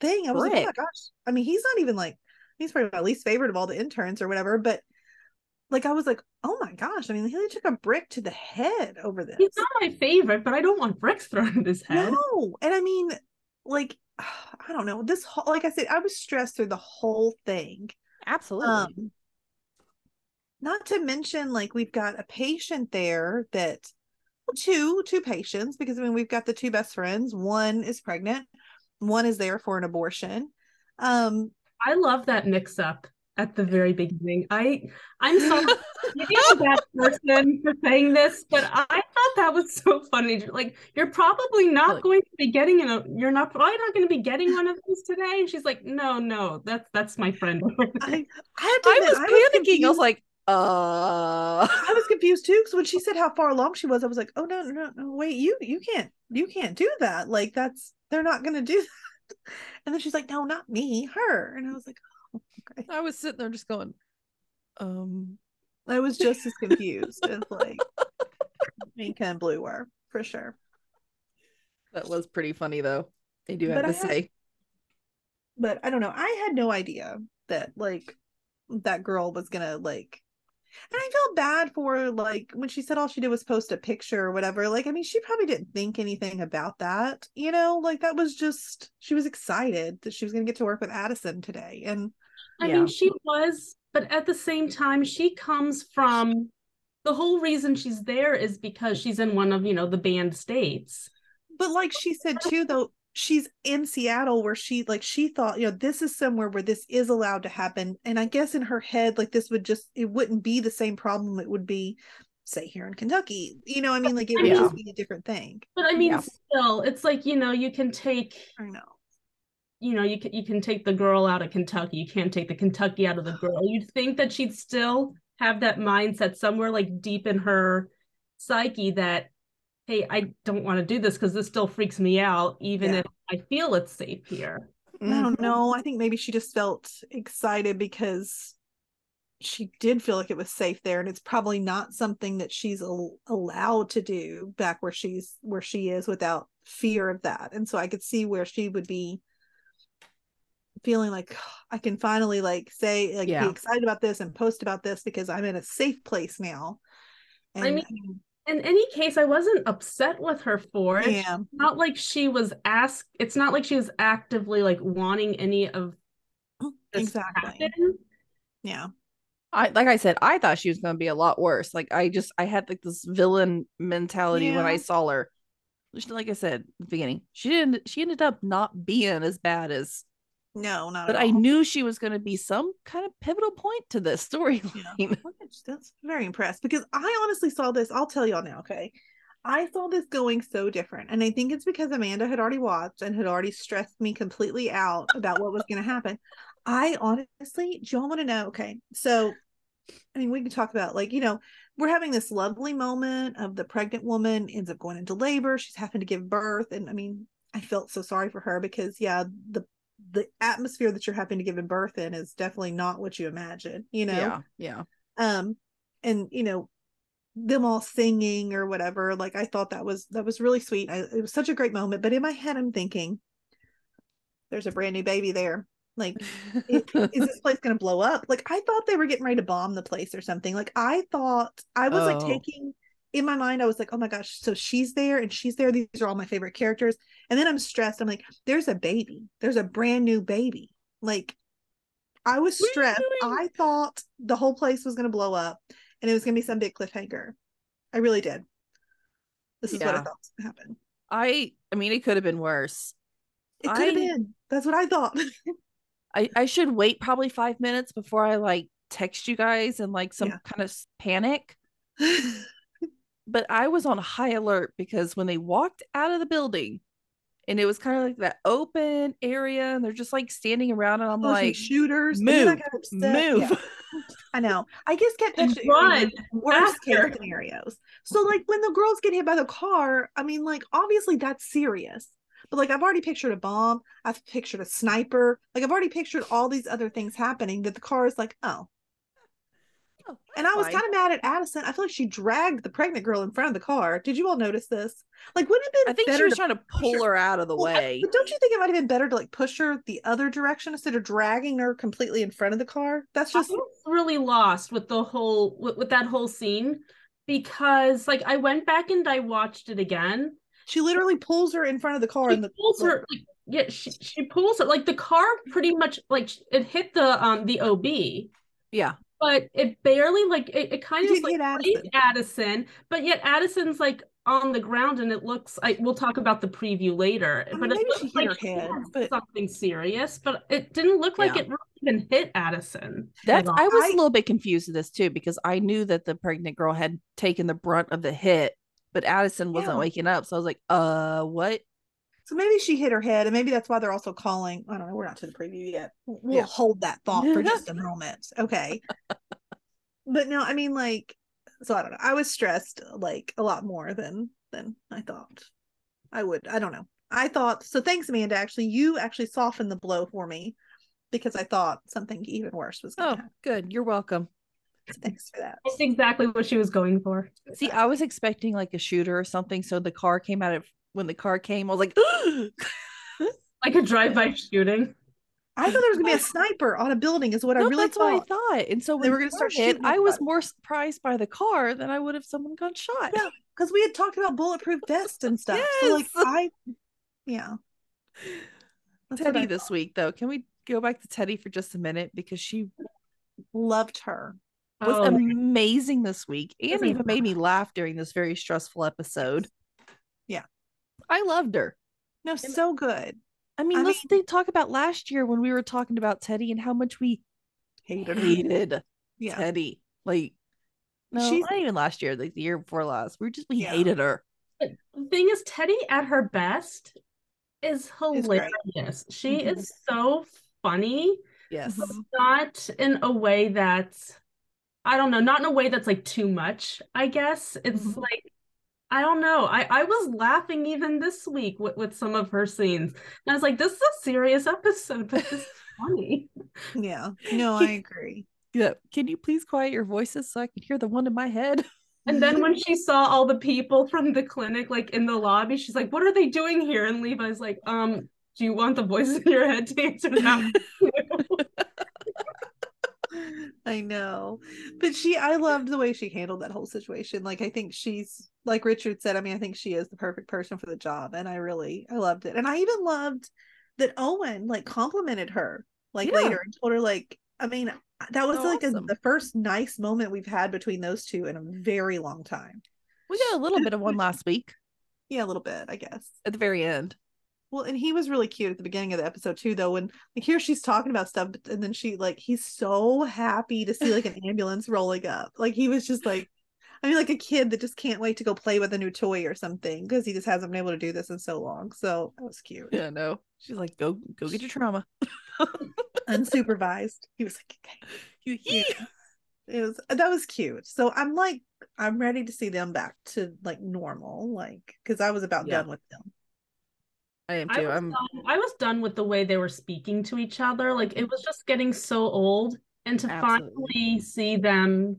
Speaker 3: thing. I was like, oh my
Speaker 2: Brick.
Speaker 3: gosh. I mean, he's not even like he's probably my least favorite of all the interns or whatever. But like, I was like, oh my gosh. I mean, he took a brick to the head over this.
Speaker 4: he's not my favorite, but I don't want bricks thrown at his head.
Speaker 3: No, and I mean, like, [SIGHS] I don't know. This whole, like I said, I was stressed through the whole thing.
Speaker 2: absolutely.
Speaker 3: Um, not to mention, like, we've got a patient there that well, two two patients because I mean we've got the two best friends. One is pregnant, one is there for an abortion. Um,
Speaker 4: I love that mix up at the very beginning. I
Speaker 2: [LAUGHS]
Speaker 4: I'm sorry maybe I'm a bad person for saying this, but I thought that was so funny. Like you're probably not
Speaker 2: Like-
Speaker 4: going to be getting in a you're not probably not going to be getting one of these today. And she's like, no, no, that's that's
Speaker 2: [LAUGHS]
Speaker 4: my friend.
Speaker 3: I I, had to
Speaker 2: I
Speaker 3: admit,
Speaker 2: was panicking. I
Speaker 3: confused-
Speaker 2: was like, uh,
Speaker 3: I was confused too because when she said how far along she was, I was like, "Oh no, no, no! Wait, you you can't you can't do that. Like that's they're not gonna do [LAUGHS] that." And then she's like, "No, not me, her." And I was like, "Oh, okay."
Speaker 2: [LAUGHS] I was sitting there just going, um,
Speaker 3: I was just as confused as like Minka and Blue were for sure.
Speaker 2: that was pretty funny though. They do have
Speaker 3: But
Speaker 2: to
Speaker 3: I had-
Speaker 2: say,
Speaker 3: But I don't know. I had no idea that like that girl was gonna like. And I felt bad for like when she said all she did was post a picture or whatever. Like, I mean, she probably didn't think anything about that, you know. Like that was just she was excited that she was gonna get to work with Addison today, and
Speaker 4: I
Speaker 2: Yeah.
Speaker 4: mean, she was, but at the same time, she comes from the whole reason she's there is because she's in one of, you know, the banned states.
Speaker 3: But like she said too, though, she's in Seattle where she like she thought, you know, this is somewhere where this is allowed to happen. And I guess in her head, like this would just it wouldn't be the same problem it would be, say, here in Kentucky. You know, I mean, like it would
Speaker 2: Yeah.
Speaker 3: just be a different thing.
Speaker 4: But I mean,
Speaker 2: Yeah.
Speaker 4: still, it's like, you know, you can take,
Speaker 3: I know.
Speaker 4: you know, you can, you can take the girl out of Kentucky. You can't take the Kentucky out of the girl. You'd think that she'd still have that mindset somewhere like deep in her psyche that, hey, I don't want to do this because this still freaks me out, even
Speaker 3: Yeah.
Speaker 4: if I feel it's safe here.
Speaker 3: I
Speaker 2: [LAUGHS]
Speaker 3: don't
Speaker 2: Mm-hmm.
Speaker 3: know. I think maybe she just felt excited because she did feel like it was safe there and it's probably not something that she's al- allowed to do back where she's where she is without fear of that. And so I could see where she would be feeling like [SIGHS] I can finally like say like
Speaker 2: Yeah.
Speaker 3: be excited about this and post about this because I'm in a safe place now. And
Speaker 4: I In any case, I wasn't upset with her for it.
Speaker 3: yeah,
Speaker 4: not like she was asked it's not like she was actively like wanting any of this
Speaker 3: exactly.
Speaker 4: to happen.
Speaker 3: Yeah.
Speaker 2: I like I said, I thought she was going to be a lot worse. Like I just, I had like this villain mentality when I
Speaker 3: Yeah.
Speaker 2: saw her. Just like I said at the beginning, she didn't. She ended up not being as bad as,
Speaker 3: No, not
Speaker 2: but
Speaker 3: at
Speaker 2: I
Speaker 3: all.
Speaker 2: knew she was going to be some kind of pivotal point to this [LAUGHS] storyline.
Speaker 3: Look at you. Oh That's very impressed because I honestly saw this. I'll tell y'all now, okay? I saw this going so different. And I think it's because Amanda had already watched and had already stressed me completely out about what was going to happen. I honestly, do y'all want to know? Okay. So, I mean, we can talk about like, you know, we're having this lovely moment of the pregnant woman ends up going into labor. She's having to give birth. And I mean, I felt so sorry for her because, yeah, the, the atmosphere that you're having to give birth in is definitely not what you imagine, you know?
Speaker 2: Yeah, yeah.
Speaker 3: um and you know them all singing or whatever like i thought that was that was really sweet I, it was such a great moment but in my head i'm thinking there's a brand new baby there like [LAUGHS]
Speaker 2: [LAUGHS]
Speaker 3: it- is this place going to blow up like i thought they were getting ready to bomb the place or something like i thought i was like
Speaker 2: Oh.
Speaker 3: taking in my mind i was like oh my gosh so she's there and she's there these are all my favorite characters and then i'm stressed i'm like there's a baby there's a brand new baby like i was
Speaker 2: What are you
Speaker 3: stressed
Speaker 2: doing?
Speaker 3: i thought the whole place was going to blow up and it was going to be some big cliffhanger i really did this is what i
Speaker 2: Yeah.
Speaker 3: thought was going to happen
Speaker 2: I, I mean, it could have been worse.
Speaker 3: it could
Speaker 2: I-
Speaker 3: have been that's what i thought [LAUGHS]
Speaker 2: I, I should wait probably five minutes before I like text you guys and like some
Speaker 3: Yeah.
Speaker 2: kind of s- panic. but I was on high alert because when they walked out of the building and it was kind of like that open area and they're just like standing around and I'm
Speaker 3: Oh, some
Speaker 2: like
Speaker 3: shooters. And then I
Speaker 2: move,
Speaker 3: got upset.
Speaker 2: move.
Speaker 3: Yeah, I know. I just kept
Speaker 4: And
Speaker 3: picturing like, worst
Speaker 4: faster.
Speaker 3: case scenarios. So like when the girls get hit by the car, I mean like obviously that's serious. But like I've already pictured a bomb, I've pictured a sniper, like I've already pictured all these other things happening that the car is like, oh.
Speaker 2: Oh,
Speaker 3: And I was
Speaker 2: fine.
Speaker 3: kind of mad at Addison. I feel like she dragged the pregnant girl in front of the car. Did you all notice this? Like, wouldn't it have been
Speaker 2: I think she
Speaker 3: better
Speaker 2: was
Speaker 3: to
Speaker 2: trying to
Speaker 3: push
Speaker 2: pull
Speaker 3: her-
Speaker 2: her out of the
Speaker 3: well, I-
Speaker 2: way.
Speaker 3: But don't you think it might have been better to like push her the other direction instead of dragging her completely in front of the car? That's just
Speaker 4: I was really lost with the whole with, with that whole scene because like I went back and I watched it again.
Speaker 3: she literally pulls her in front of the car
Speaker 4: She
Speaker 3: and the
Speaker 4: pulls her like yeah, she, she pulls it like the car pretty much like it hit the um the OB,
Speaker 2: Yeah.
Speaker 4: but it barely like it, it kind
Speaker 3: It
Speaker 4: of
Speaker 3: did
Speaker 4: like
Speaker 3: hit
Speaker 4: grazed
Speaker 3: Addison.
Speaker 4: Addison, but yet Addison's like on the ground and it looks I we'll talk about the preview later.
Speaker 3: I mean,
Speaker 4: but
Speaker 3: maybe
Speaker 4: it
Speaker 3: she
Speaker 4: looks
Speaker 3: hit her
Speaker 4: like she
Speaker 3: head,
Speaker 4: had
Speaker 3: but-
Speaker 4: something serious, but it didn't look like
Speaker 2: Yeah.
Speaker 4: it really even hit Addison.
Speaker 2: That's
Speaker 4: at all.
Speaker 2: I was
Speaker 3: I-
Speaker 2: a little bit confused with this too because I knew that the pregnant girl had taken the brunt of the hit, but Addison wasn't
Speaker 3: Yeah.
Speaker 2: waking up. So I was like, uh what?
Speaker 3: So maybe she hit her head, and maybe that's why they're also calling. I don't know. We're not to the preview yet. We'll
Speaker 2: Yeah.
Speaker 3: hold that thought for just a moment.
Speaker 2: [LAUGHS]
Speaker 3: Okay. but no, I mean, like, so I don't know. I was stressed like a lot more than than I thought I would. I don't know. I thought so. Thanks, Amanda. Actually, you actually softened the blow for me because I thought something even worse was going to
Speaker 2: Oh,
Speaker 3: happen.
Speaker 2: good. You're welcome.
Speaker 3: So thanks for that.
Speaker 4: That's exactly what she was going for.
Speaker 2: See, I was expecting like a shooter or something. So the car came out of when the car came, I was
Speaker 3: [GASPS]
Speaker 2: like, [GASPS]
Speaker 4: Like a drive-by shooting.
Speaker 3: I thought there was
Speaker 2: [LAUGHS]
Speaker 3: going to be a sniper on a building. Is what I
Speaker 2: no,
Speaker 3: really
Speaker 2: that's what
Speaker 3: thought.
Speaker 2: I thought. And so
Speaker 3: They
Speaker 2: when
Speaker 3: were
Speaker 2: the
Speaker 3: gonna start
Speaker 2: car hit,
Speaker 3: shooting
Speaker 2: I was
Speaker 3: everybody.
Speaker 2: more surprised by the car than I would if someone got shot.
Speaker 3: Yeah, because we had talked about bulletproof vests and stuff. So like
Speaker 2: Yes.
Speaker 3: I, yeah. That's what
Speaker 2: Teddy
Speaker 3: I
Speaker 2: this week though. Can we go back to Teddy for just a minute because she
Speaker 3: loved her.
Speaker 2: was
Speaker 4: Oh,
Speaker 2: amazing this week and
Speaker 4: Isn't
Speaker 2: even made me laugh during this very stressful episode.
Speaker 3: Yeah.
Speaker 2: I loved her.
Speaker 3: No, so good.
Speaker 2: I mean,
Speaker 3: I
Speaker 2: let's think- talk about last year when we were talking about Teddy and how much we
Speaker 3: Hated her.
Speaker 2: [LAUGHS] hated
Speaker 3: Yeah.
Speaker 2: Teddy. Like, no,
Speaker 3: She's-
Speaker 2: not even last year, like the year before last. We just, we
Speaker 3: Yeah.
Speaker 2: hated her.
Speaker 4: the thing is, Teddy at her best is
Speaker 3: great.
Speaker 4: hilarious. She
Speaker 3: Mhm.
Speaker 4: is so funny,
Speaker 2: Yes.
Speaker 3: Mhm.
Speaker 4: not in a way that's, I don't know, not in a way that's like too much, I guess. It's
Speaker 3: Mhm.
Speaker 4: like, I don't know. I, I was laughing even this week with, with some of her scenes. And I was like, this is a serious episode, but this is funny.
Speaker 3: Yeah. No, I agree.
Speaker 2: Yeah. Can you please quiet your voices so I can hear the one in my head?
Speaker 4: And
Speaker 2: [LAUGHS]
Speaker 4: then when she saw all the people from the clinic, like in the lobby, she's like, "What are they doing here?" And Levi's like, "Um, do you want the voice in your head to
Speaker 2: [LAUGHS]
Speaker 4: answer that?"
Speaker 3: [LAUGHS] I know. But she I loved the way she handled that whole situation. Like I think she's like Richard said, I mean, I think she is the perfect person for the job. And I really I loved it. And I even loved that Owen like complimented her like
Speaker 2: Yeah.
Speaker 3: later and told her like I mean that was
Speaker 2: Oh,
Speaker 3: like a-
Speaker 2: awesome.
Speaker 3: the first nice moment we've had between those two in a very long time.
Speaker 2: We got a little bit of one [LAUGHS] last week
Speaker 3: Yeah, a little bit, I guess.
Speaker 2: at the very end.
Speaker 3: Well, and he was really cute at the beginning of the episode too, though. When like here she's talking about stuff, but, and then she like he's so happy to see
Speaker 2: [LAUGHS]
Speaker 3: like an ambulance rolling up. Like he was just like, I mean, like a kid that just can't wait to go play with a new toy or something because he just hasn't been able to do this in so long. So that was cute.
Speaker 2: Yeah, no. She's like, go, go get your trauma.
Speaker 3: Unsupervised, he was like, okay.
Speaker 2: [LAUGHS] You
Speaker 3: Yeah. it was that was cute. So I'm like, I'm ready to see them back to like normal, like because I was about
Speaker 2: Yeah.
Speaker 3: done with them.
Speaker 2: [LAUGHS] I am
Speaker 4: I
Speaker 2: too.
Speaker 4: was,
Speaker 2: I'm,
Speaker 4: done, I was done with the way they were speaking to each other. Like it was just getting so old, and to
Speaker 2: Absolutely.
Speaker 4: finally see them,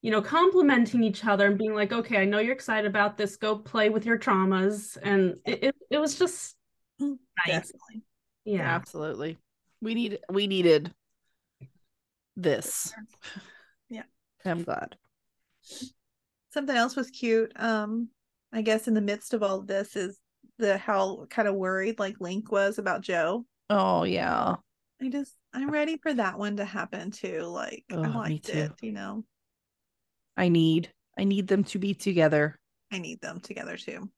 Speaker 4: you know, complimenting each other and being like, "Okay, I know you're excited about this. Go play with your traumas," and it it, it was just
Speaker 3: Mm,
Speaker 4: nice.
Speaker 3: Definitely.
Speaker 4: Yeah.
Speaker 2: absolutely. We need, we needed this.
Speaker 3: Yeah.
Speaker 2: I'm glad.
Speaker 3: something else was cute um i guess in the midst of all this is the how kind of worried like link was about joe
Speaker 2: Oh, yeah.
Speaker 3: i just i'm ready for that one to happen too like
Speaker 2: Oh,
Speaker 3: i
Speaker 2: me
Speaker 3: liked
Speaker 2: too.
Speaker 3: it you know
Speaker 2: I need I need them to be together.
Speaker 3: i need them together too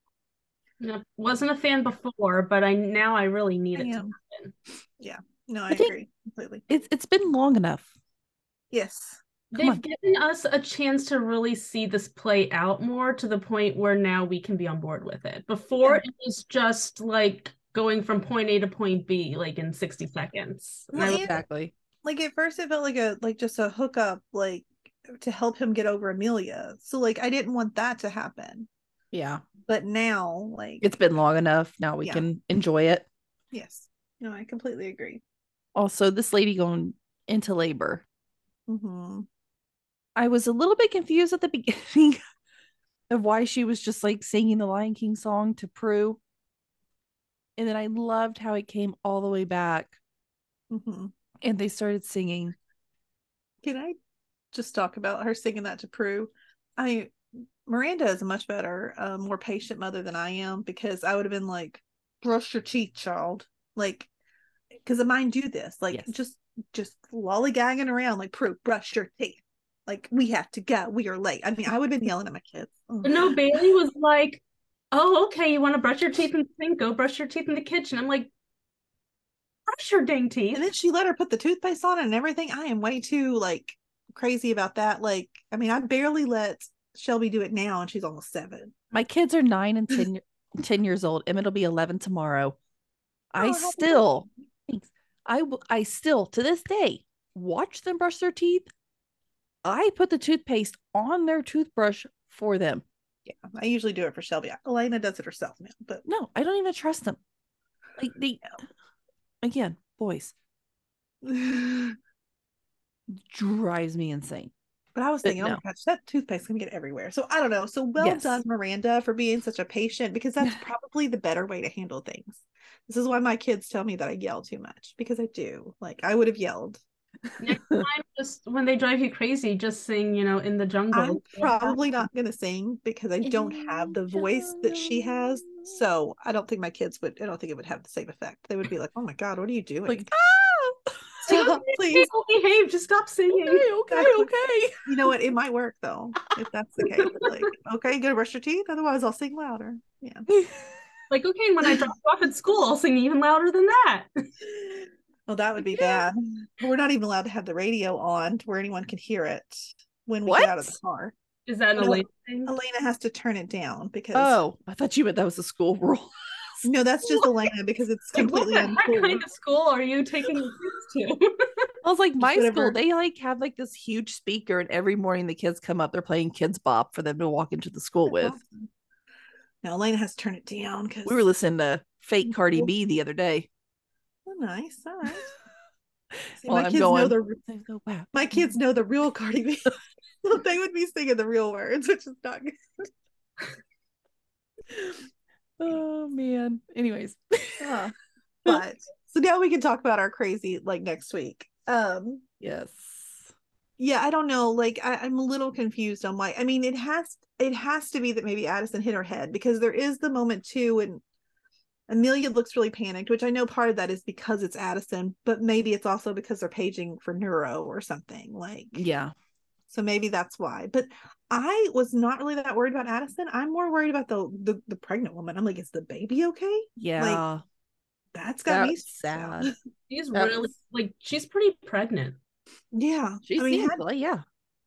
Speaker 4: No, wasn't a fan before, but I now I really need
Speaker 3: i
Speaker 4: it. to
Speaker 3: am
Speaker 4: happen.
Speaker 3: yeah no i,
Speaker 2: I think-
Speaker 3: agree completely
Speaker 2: It's it's been long enough.
Speaker 3: yes
Speaker 4: They've
Speaker 2: on.
Speaker 4: given us a chance to really see this play out more to the point where now we can be on board with it. Before it was just like going from point A to point B like in 60 seconds. And I
Speaker 3: Well,
Speaker 4: was-
Speaker 3: and-
Speaker 2: exactly.
Speaker 3: like at first it felt like a like just a hookup like to help him get over amelia so like i didn't want that to happen
Speaker 2: Yeah.
Speaker 3: but now like
Speaker 2: It's been long enough. Now we
Speaker 3: Yeah.
Speaker 2: can enjoy it.
Speaker 3: yes no i completely agree
Speaker 2: Also, this lady going into labor.
Speaker 3: hmm
Speaker 2: I was a little bit confused at the [LAUGHS] beginning of why she was just like singing the Lion King song to Prue. And then I loved how it came all the way back
Speaker 3: hmm
Speaker 2: and they started singing.
Speaker 3: can i just talk about her singing that to prue i miranda is a much better uh, more patient mother than i am because i would have been like brush your teeth child like because mine do this like
Speaker 2: Yes.
Speaker 3: just just lollygagging around like prue brush your teeth like we have to go we are late i mean i would have been yelling at my kids Oh, Ugh.
Speaker 4: But no, Bailey was like, Oh, okay, you want to brush your teeth in the sink? Go brush your teeth in the kitchen. I'm like, brush your dang teeth.
Speaker 3: and then she let her put the toothpaste on and everything i am way too like crazy about that like i mean i barely let shelby do it now and she's almost seven
Speaker 2: My kids are nine and 10, [COUGHS] y- 10 years old. Emmett will be 11 tomorrow. I
Speaker 3: Oh, happy
Speaker 2: still, thanks. I, w- I still to this day watch them brush their teeth. I put the toothpaste on their toothbrush for them.
Speaker 3: yeah i usually do it for shelby elena does it herself now but [LAUGHS]
Speaker 2: No, I don't even trust them. Like they, again, boys
Speaker 3: but
Speaker 2: drives me insane.
Speaker 3: i was
Speaker 2: But
Speaker 3: thinking oh
Speaker 2: no.
Speaker 3: my gosh that toothpaste can get everywhere so i don't know so well
Speaker 2: Yes.
Speaker 3: done miranda for being such a patient because that's probably the better way to handle things this is why my kids tell me that i yell too much because i do like i would have yelled
Speaker 4: I'm just when they drive you crazy, just sing, you know, in the jungle.
Speaker 3: I'm probably not going to sing because I don't have the voice that she has. So I don't think my kids would, I don't think it would have the same effect. They would be like, oh my God, what are you
Speaker 2: [LAUGHS]
Speaker 3: doing?
Speaker 2: Like ah,
Speaker 3: Stop, [LAUGHS] please.
Speaker 4: People behave, just
Speaker 3: [LAUGHS]
Speaker 4: stop singing.
Speaker 2: okay, okay, okay.
Speaker 3: You know what? It might work though, if that's the case. Like, okay, you got to brush your teeth. Otherwise, I'll sing louder. Yeah.
Speaker 4: Like, okay, when I drop you off at school, I'll sing even louder than that.
Speaker 3: Well, that would be bad. We're not even allowed to have the radio on to where anyone can hear it when we get out of the
Speaker 2: What?
Speaker 3: car.
Speaker 4: Is that
Speaker 3: No.
Speaker 4: an Elaine thing?
Speaker 3: Elena has to turn it down because,
Speaker 2: Oh, I thought you meant that was a school rule.
Speaker 3: no, that's just Elena
Speaker 2: [LAUGHS]
Speaker 3: because it's
Speaker 4: Like, what
Speaker 3: completely
Speaker 4: the heck
Speaker 3: uncool.
Speaker 4: kind of school are you taking your
Speaker 2: [LAUGHS]
Speaker 4: kids to?
Speaker 2: I was like, my
Speaker 3: whatever.
Speaker 2: school, they like have like this huge speaker, and every morning the kids come up, they're playing Kids Bop for them to walk into the school with.
Speaker 3: Now Elena has to turn it down because
Speaker 2: We were listening to fake Cardi
Speaker 3: Cool.
Speaker 2: B the other day.
Speaker 3: Oh, nice. All right. See,
Speaker 2: Well,
Speaker 3: my
Speaker 2: I'm
Speaker 3: kids know
Speaker 2: going-
Speaker 3: the
Speaker 2: They go, "Oh, wow.
Speaker 3: my kids know the real Cardi B. [LAUGHS] so they would be singing the real words, which is not good.
Speaker 2: [LAUGHS] Oh man. Anyways,
Speaker 3: [LAUGHS] But so now we can talk about our crazy like next week. Um
Speaker 2: yes.
Speaker 3: yeah, I don't know. Like I, I'm a little confused on why. I mean, it has it has to be that maybe Addison hit her head because there is the moment too when Amelia looks really panicked, which I know part of that is because it's Addison, but maybe it's also because they're paging for neuro or something. Like
Speaker 2: Yeah.
Speaker 3: So maybe that's why. But I was not really that worried about Addison. I'm more worried about the the, the pregnant woman. I'm like, is the baby okay?
Speaker 2: Yeah.
Speaker 3: That's got me
Speaker 2: that's
Speaker 3: stressed out.
Speaker 2: sad.
Speaker 4: She's
Speaker 2: That
Speaker 4: really
Speaker 2: was-
Speaker 4: like she's pretty pregnant.
Speaker 3: Yeah.
Speaker 2: She
Speaker 3: I mean,
Speaker 2: seems
Speaker 3: had-
Speaker 2: like, yeah.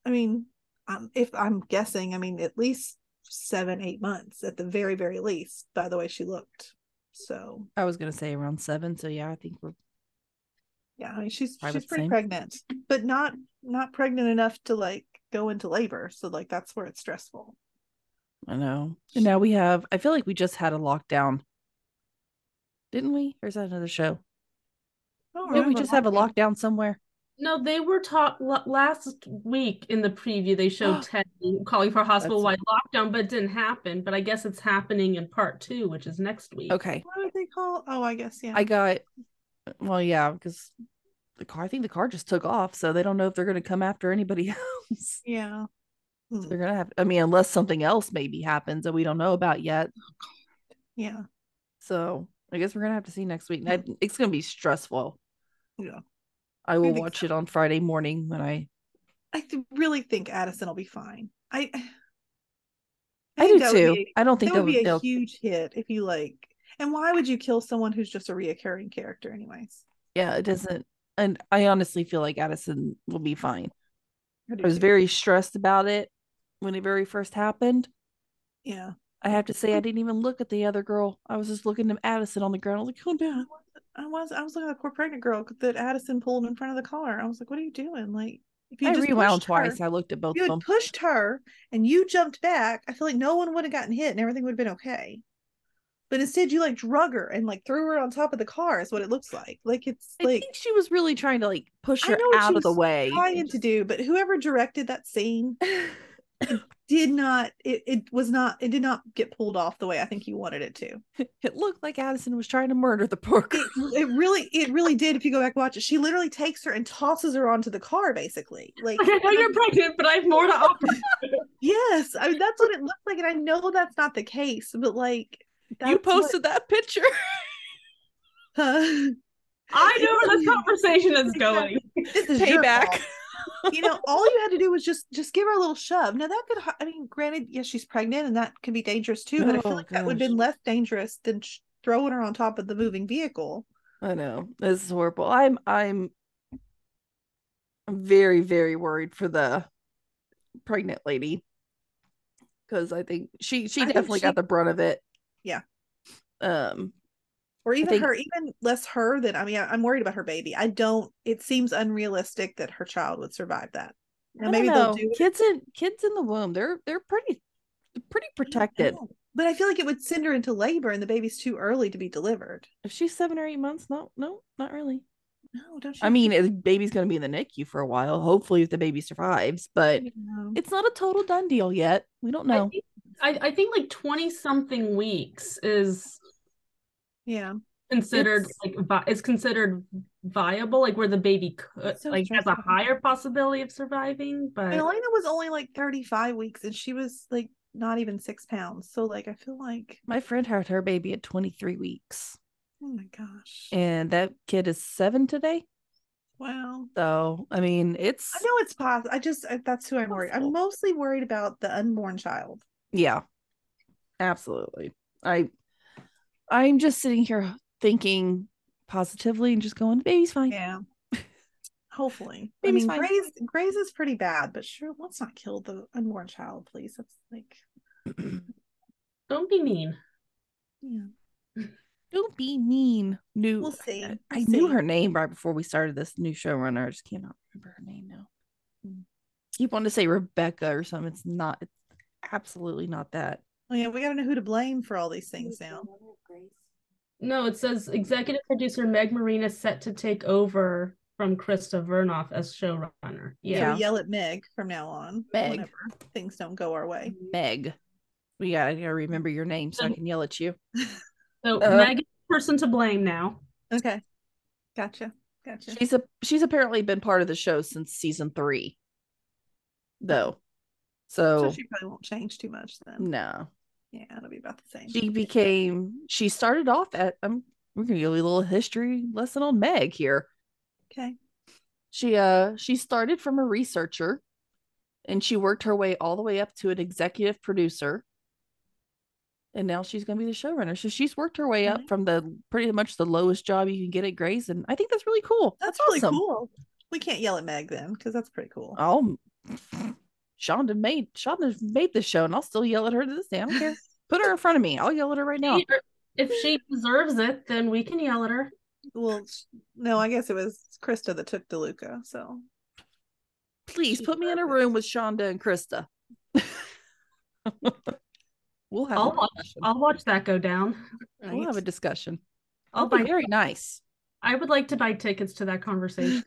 Speaker 3: I mean, um, if I'm guessing, I mean, at least seven, eight months at the very, very least. By the way, she looked. So
Speaker 2: I was gonna say around seven. So yeah, I think we're
Speaker 3: yeah, I mean, she's
Speaker 2: Probably
Speaker 3: she's
Speaker 2: the
Speaker 3: pretty
Speaker 2: same.
Speaker 3: pregnant, but not not pregnant enough to like go into labor. So like that's where it's stressful.
Speaker 2: I know. And now we have I feel like we just had a lockdown. Didn't we? Or is that another show?
Speaker 3: I don't
Speaker 2: Didn't we
Speaker 3: remember
Speaker 2: just have a
Speaker 3: lockdown.
Speaker 2: lockdown somewhere?
Speaker 4: No, they were taught l- last week in the preview. They
Speaker 2: [GASPS]
Speaker 4: showed Teddy calling for hospital wide lockdown, but it didn't happen. But I guess it's happening in part two, which is next week.
Speaker 2: Okay.
Speaker 3: What would they call? Oh, I guess yeah.
Speaker 2: I got well, yeah, because the car I think the car just took off, so they don't know if they're gonna come after anybody [LAUGHS] else.
Speaker 3: yeah.
Speaker 2: So
Speaker 3: Hmm.
Speaker 2: they're gonna have I mean, unless something else maybe happens that we don't know about yet.
Speaker 3: Yeah.
Speaker 2: So I guess we're gonna have to see next week. And I- It's gonna be stressful.
Speaker 3: Yeah.
Speaker 2: I will
Speaker 3: think
Speaker 2: watch it on Friday morning when I.
Speaker 3: I th- really think Addison will be fine. I [SIGHS]
Speaker 2: I,
Speaker 3: think
Speaker 2: do
Speaker 3: that would
Speaker 2: too.
Speaker 3: be-
Speaker 2: I don't think
Speaker 3: that would be a
Speaker 2: they'll-
Speaker 3: huge hit if you like. And why would you kill someone who's just a reoccurring character, anyways?
Speaker 2: yeah, it doesn't. And I honestly feel like Addison will be fine. I was very stressed about it when it very first happened.
Speaker 3: Yeah.
Speaker 2: I have to
Speaker 3: Mm-hmm.
Speaker 2: say, I didn't even look at the other girl. I was just looking at Addison on the ground. I was like, oh no.
Speaker 3: I was I was looking at the poor pregnant girl that Addison pulled in front of the car. I was like, "What are you doing?" Like, if
Speaker 2: I
Speaker 3: just
Speaker 2: rewound
Speaker 3: pushed
Speaker 2: twice.
Speaker 3: her-
Speaker 2: I looked at both
Speaker 3: you
Speaker 2: of
Speaker 3: had
Speaker 2: them.
Speaker 3: pushed her and you jumped back, I feel like no one would have gotten hit and everything would have been okay. But instead, you like drug her and like threw her on top of the car. Is what it looks like. Like it's
Speaker 2: I
Speaker 3: like
Speaker 2: think she was really trying to like push
Speaker 3: I
Speaker 2: her
Speaker 3: know what she
Speaker 2: out of the
Speaker 3: was
Speaker 2: way. and
Speaker 3: trying to
Speaker 2: just-
Speaker 3: do. But whoever directed that scene it did not. It it was not. It did not get pulled off the way I think you wanted
Speaker 2: [GASPS]
Speaker 3: it to.
Speaker 2: [LAUGHS] It looked like Addison was trying to murder the poor girl.
Speaker 3: It, it really, it really did. If you go back and watch it, she literally takes her and tosses her onto the
Speaker 2: [LAUGHS]
Speaker 3: car, basically. Like
Speaker 4: Like, [LAUGHS] I know you're pregnant, but I have more to offer.
Speaker 3: Yes, I mean that's what it looked like, and I know that's not the case, but like
Speaker 2: you
Speaker 3: that's what-
Speaker 2: posted that picture.
Speaker 3: [LAUGHS] huh?
Speaker 4: I know where this conversation is going.
Speaker 3: this is your
Speaker 2: Payback.
Speaker 3: fault. [LAUGHS] You know, all you had to do was just just give her a little shove. Now that could, ha- I mean, granted, yes, she's pregnant, and that could be dangerous too. But I feel
Speaker 2: Oh,
Speaker 3: like that would have been less dangerous than sh- throwing her on top of the moving vehicle.
Speaker 2: I know this is horrible. I'm I'm I'm very very worried for the pregnant lady because I think she she
Speaker 3: I think
Speaker 2: definitely
Speaker 3: she-
Speaker 2: got the brunt of it.
Speaker 3: Yeah.
Speaker 2: Um.
Speaker 3: or even
Speaker 2: think-
Speaker 3: her even less her than i mean I- i'm worried about her baby i don't it seems unrealistic that her child would survive that now
Speaker 2: I
Speaker 3: maybe
Speaker 2: don't
Speaker 3: they'll
Speaker 2: know.
Speaker 3: do it
Speaker 2: kids in kids in the womb. They're they're pretty pretty protected.
Speaker 3: No. but i feel like it would send her into labor and the baby's too early to be delivered
Speaker 2: If she's seven or eight months, no no not really.
Speaker 3: no don't you
Speaker 2: I mean, the baby's going to be in the NICU for a while. Hopefully, if the baby survives, but
Speaker 3: No.
Speaker 2: it's not a total done deal yet. We don't
Speaker 4: I
Speaker 2: know.
Speaker 4: think, I, I think like 20 something weeks is
Speaker 3: yeah
Speaker 4: considered
Speaker 2: It's-
Speaker 4: like vi- is considered viable, like where the baby could
Speaker 3: It's so
Speaker 4: like has a
Speaker 3: stressful.
Speaker 4: higher possibility of surviving. But
Speaker 3: and elena was only like 35 weeks and she was like not even six pounds so like i feel like
Speaker 2: My friend had her baby at 23 weeks,
Speaker 3: oh my gosh
Speaker 2: and that kid is seven today.
Speaker 3: wow
Speaker 2: So, I mean, it's
Speaker 3: i know it's possible i just I, that's who i'm worried i'm
Speaker 2: Possible.
Speaker 3: mostly worried about the unborn child
Speaker 2: yeah, absolutely. I I'm just sitting here thinking positively and just going, baby's fine.
Speaker 3: Yeah.
Speaker 2: [LAUGHS]
Speaker 3: Hopefully. I
Speaker 2: Baby's
Speaker 3: mean,
Speaker 2: fine.
Speaker 3: Gray's Gray's is pretty bad, but sure, let's not kill the unborn child, please. That's like,
Speaker 4: don't be mean.
Speaker 3: yeah,
Speaker 2: Don't be mean. New.
Speaker 3: we'll see.
Speaker 2: I-
Speaker 3: We'll
Speaker 2: I knew
Speaker 3: see.
Speaker 2: her name right before we started this new showrunner. I just cannot remember her name now.
Speaker 3: Mm.
Speaker 2: Keep wanting to say Rebecca or something. It's not. It's absolutely not that.
Speaker 3: Oh, yeah, we gotta know who to blame for all these things now.
Speaker 4: No, it says executive producer Meg Marina set to take over from Krista Vernoff as showrunner.
Speaker 3: So
Speaker 4: Yeah.
Speaker 2: Yeah.
Speaker 3: we yell at Meg from now on.
Speaker 2: Meg.
Speaker 3: Whenever things don't go our way.
Speaker 2: Meg. We gotta, gotta remember your name so I
Speaker 4: Um,
Speaker 2: can yell at you.
Speaker 4: So
Speaker 2: Uh,
Speaker 4: Meg is the person to blame now.
Speaker 3: Okay. Gotcha. Gotcha.
Speaker 2: She's a she's apparently been part of the show since season three, though.
Speaker 3: so
Speaker 2: So
Speaker 3: she probably won't change too much then.
Speaker 2: no,
Speaker 3: Yeah, it'll be about the same.
Speaker 2: she became she started off at. I'm we're gonna give you a little history lesson on Meg here.
Speaker 3: okay.
Speaker 2: She uh she started from a researcher and she worked her way all the way up to an executive producer. And now she's going to be the showrunner. So she's worked her way up
Speaker 3: Mhm.
Speaker 2: from the pretty much the lowest job you can get at Gray's and I think that's really cool.
Speaker 3: That's really
Speaker 2: awesome.
Speaker 3: cool. We can't yell at Meg then because that's pretty cool.
Speaker 2: Oh, m- Shonda made Shonda made this show and I'll still yell at her to this day. I don't care. Put her in front of me. I'll yell at her right now.
Speaker 4: If she deserves it, then we can yell at her.
Speaker 3: Well, sh- no, I guess it was Krista that took DeLuca. So
Speaker 2: Please
Speaker 3: She's
Speaker 2: put me in a
Speaker 3: perfect.
Speaker 2: room with Shonda and Krista. [LAUGHS] we'll have
Speaker 4: I'll
Speaker 2: a
Speaker 4: watch.
Speaker 2: discussion.
Speaker 4: I'll watch that go down.
Speaker 2: we'll have a discussion.
Speaker 4: I'll
Speaker 2: That'd be
Speaker 4: buy.
Speaker 2: very nice.
Speaker 4: I would like to buy tickets to
Speaker 2: [LAUGHS]
Speaker 4: that conversation.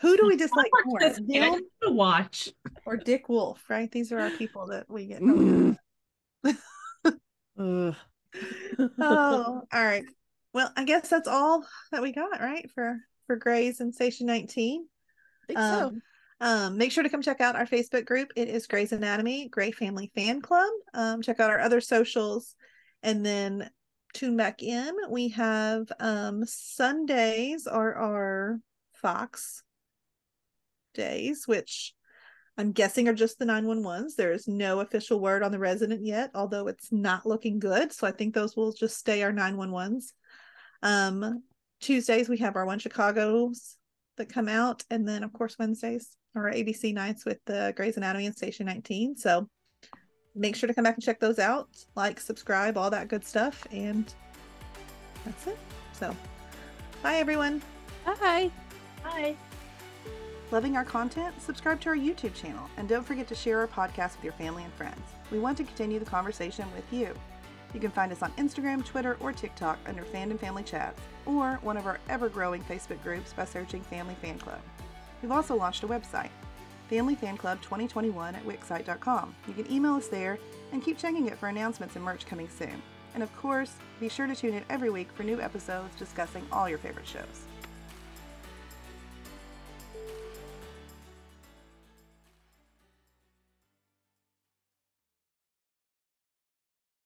Speaker 3: Who do we dislike
Speaker 4: I'll
Speaker 3: more,
Speaker 4: watch this and I
Speaker 3: Neil
Speaker 4: just wanna watch.
Speaker 3: or Dick Wolf? Right? These are our people that we get.
Speaker 4: [LAUGHS]
Speaker 2: Mm. [LAUGHS] Ugh.
Speaker 3: [LAUGHS] Oh, all right. Well, I guess that's all that we got, right? For for Grays and Station 19.
Speaker 2: [LAUGHS] think so.
Speaker 3: Um, um, make sure to come check out our Facebook group. It is Grey's Anatomy, Grey Family Fan Club. Um, check out our other socials and then tune back in. We have um, Sundays are our Fox days, which I'm guessing are just the 911s. There is no official word on the resident yet, although it's not looking good. So I think those will just stay our 911s. Um, Tuesdays, we have our One Chicago's that come out and then of course wednesdays our ABC nights with the Grey's Anatomy and Station 19. So make sure to come back and check those out. Like, subscribe, all that good stuff. And that's it. So bye, everyone.
Speaker 2: Hi.
Speaker 4: Bye.
Speaker 3: Loving our content? Subscribe to our YouTube channel and don't forget to share our podcast with your family and friends. We want to continue the conversation with you. You can find us on Instagram, Twitter, or TikTok under Fandom Family Chats or one of our ever growing Facebook groups by searching Family Fan Club. We've also launched a website, Family Fan Club 2021 at Wixsite.com. You can email us there and keep checking it for announcements and merch coming soon. And of course, be sure to tune in every week for new episodes discussing all your favorite shows.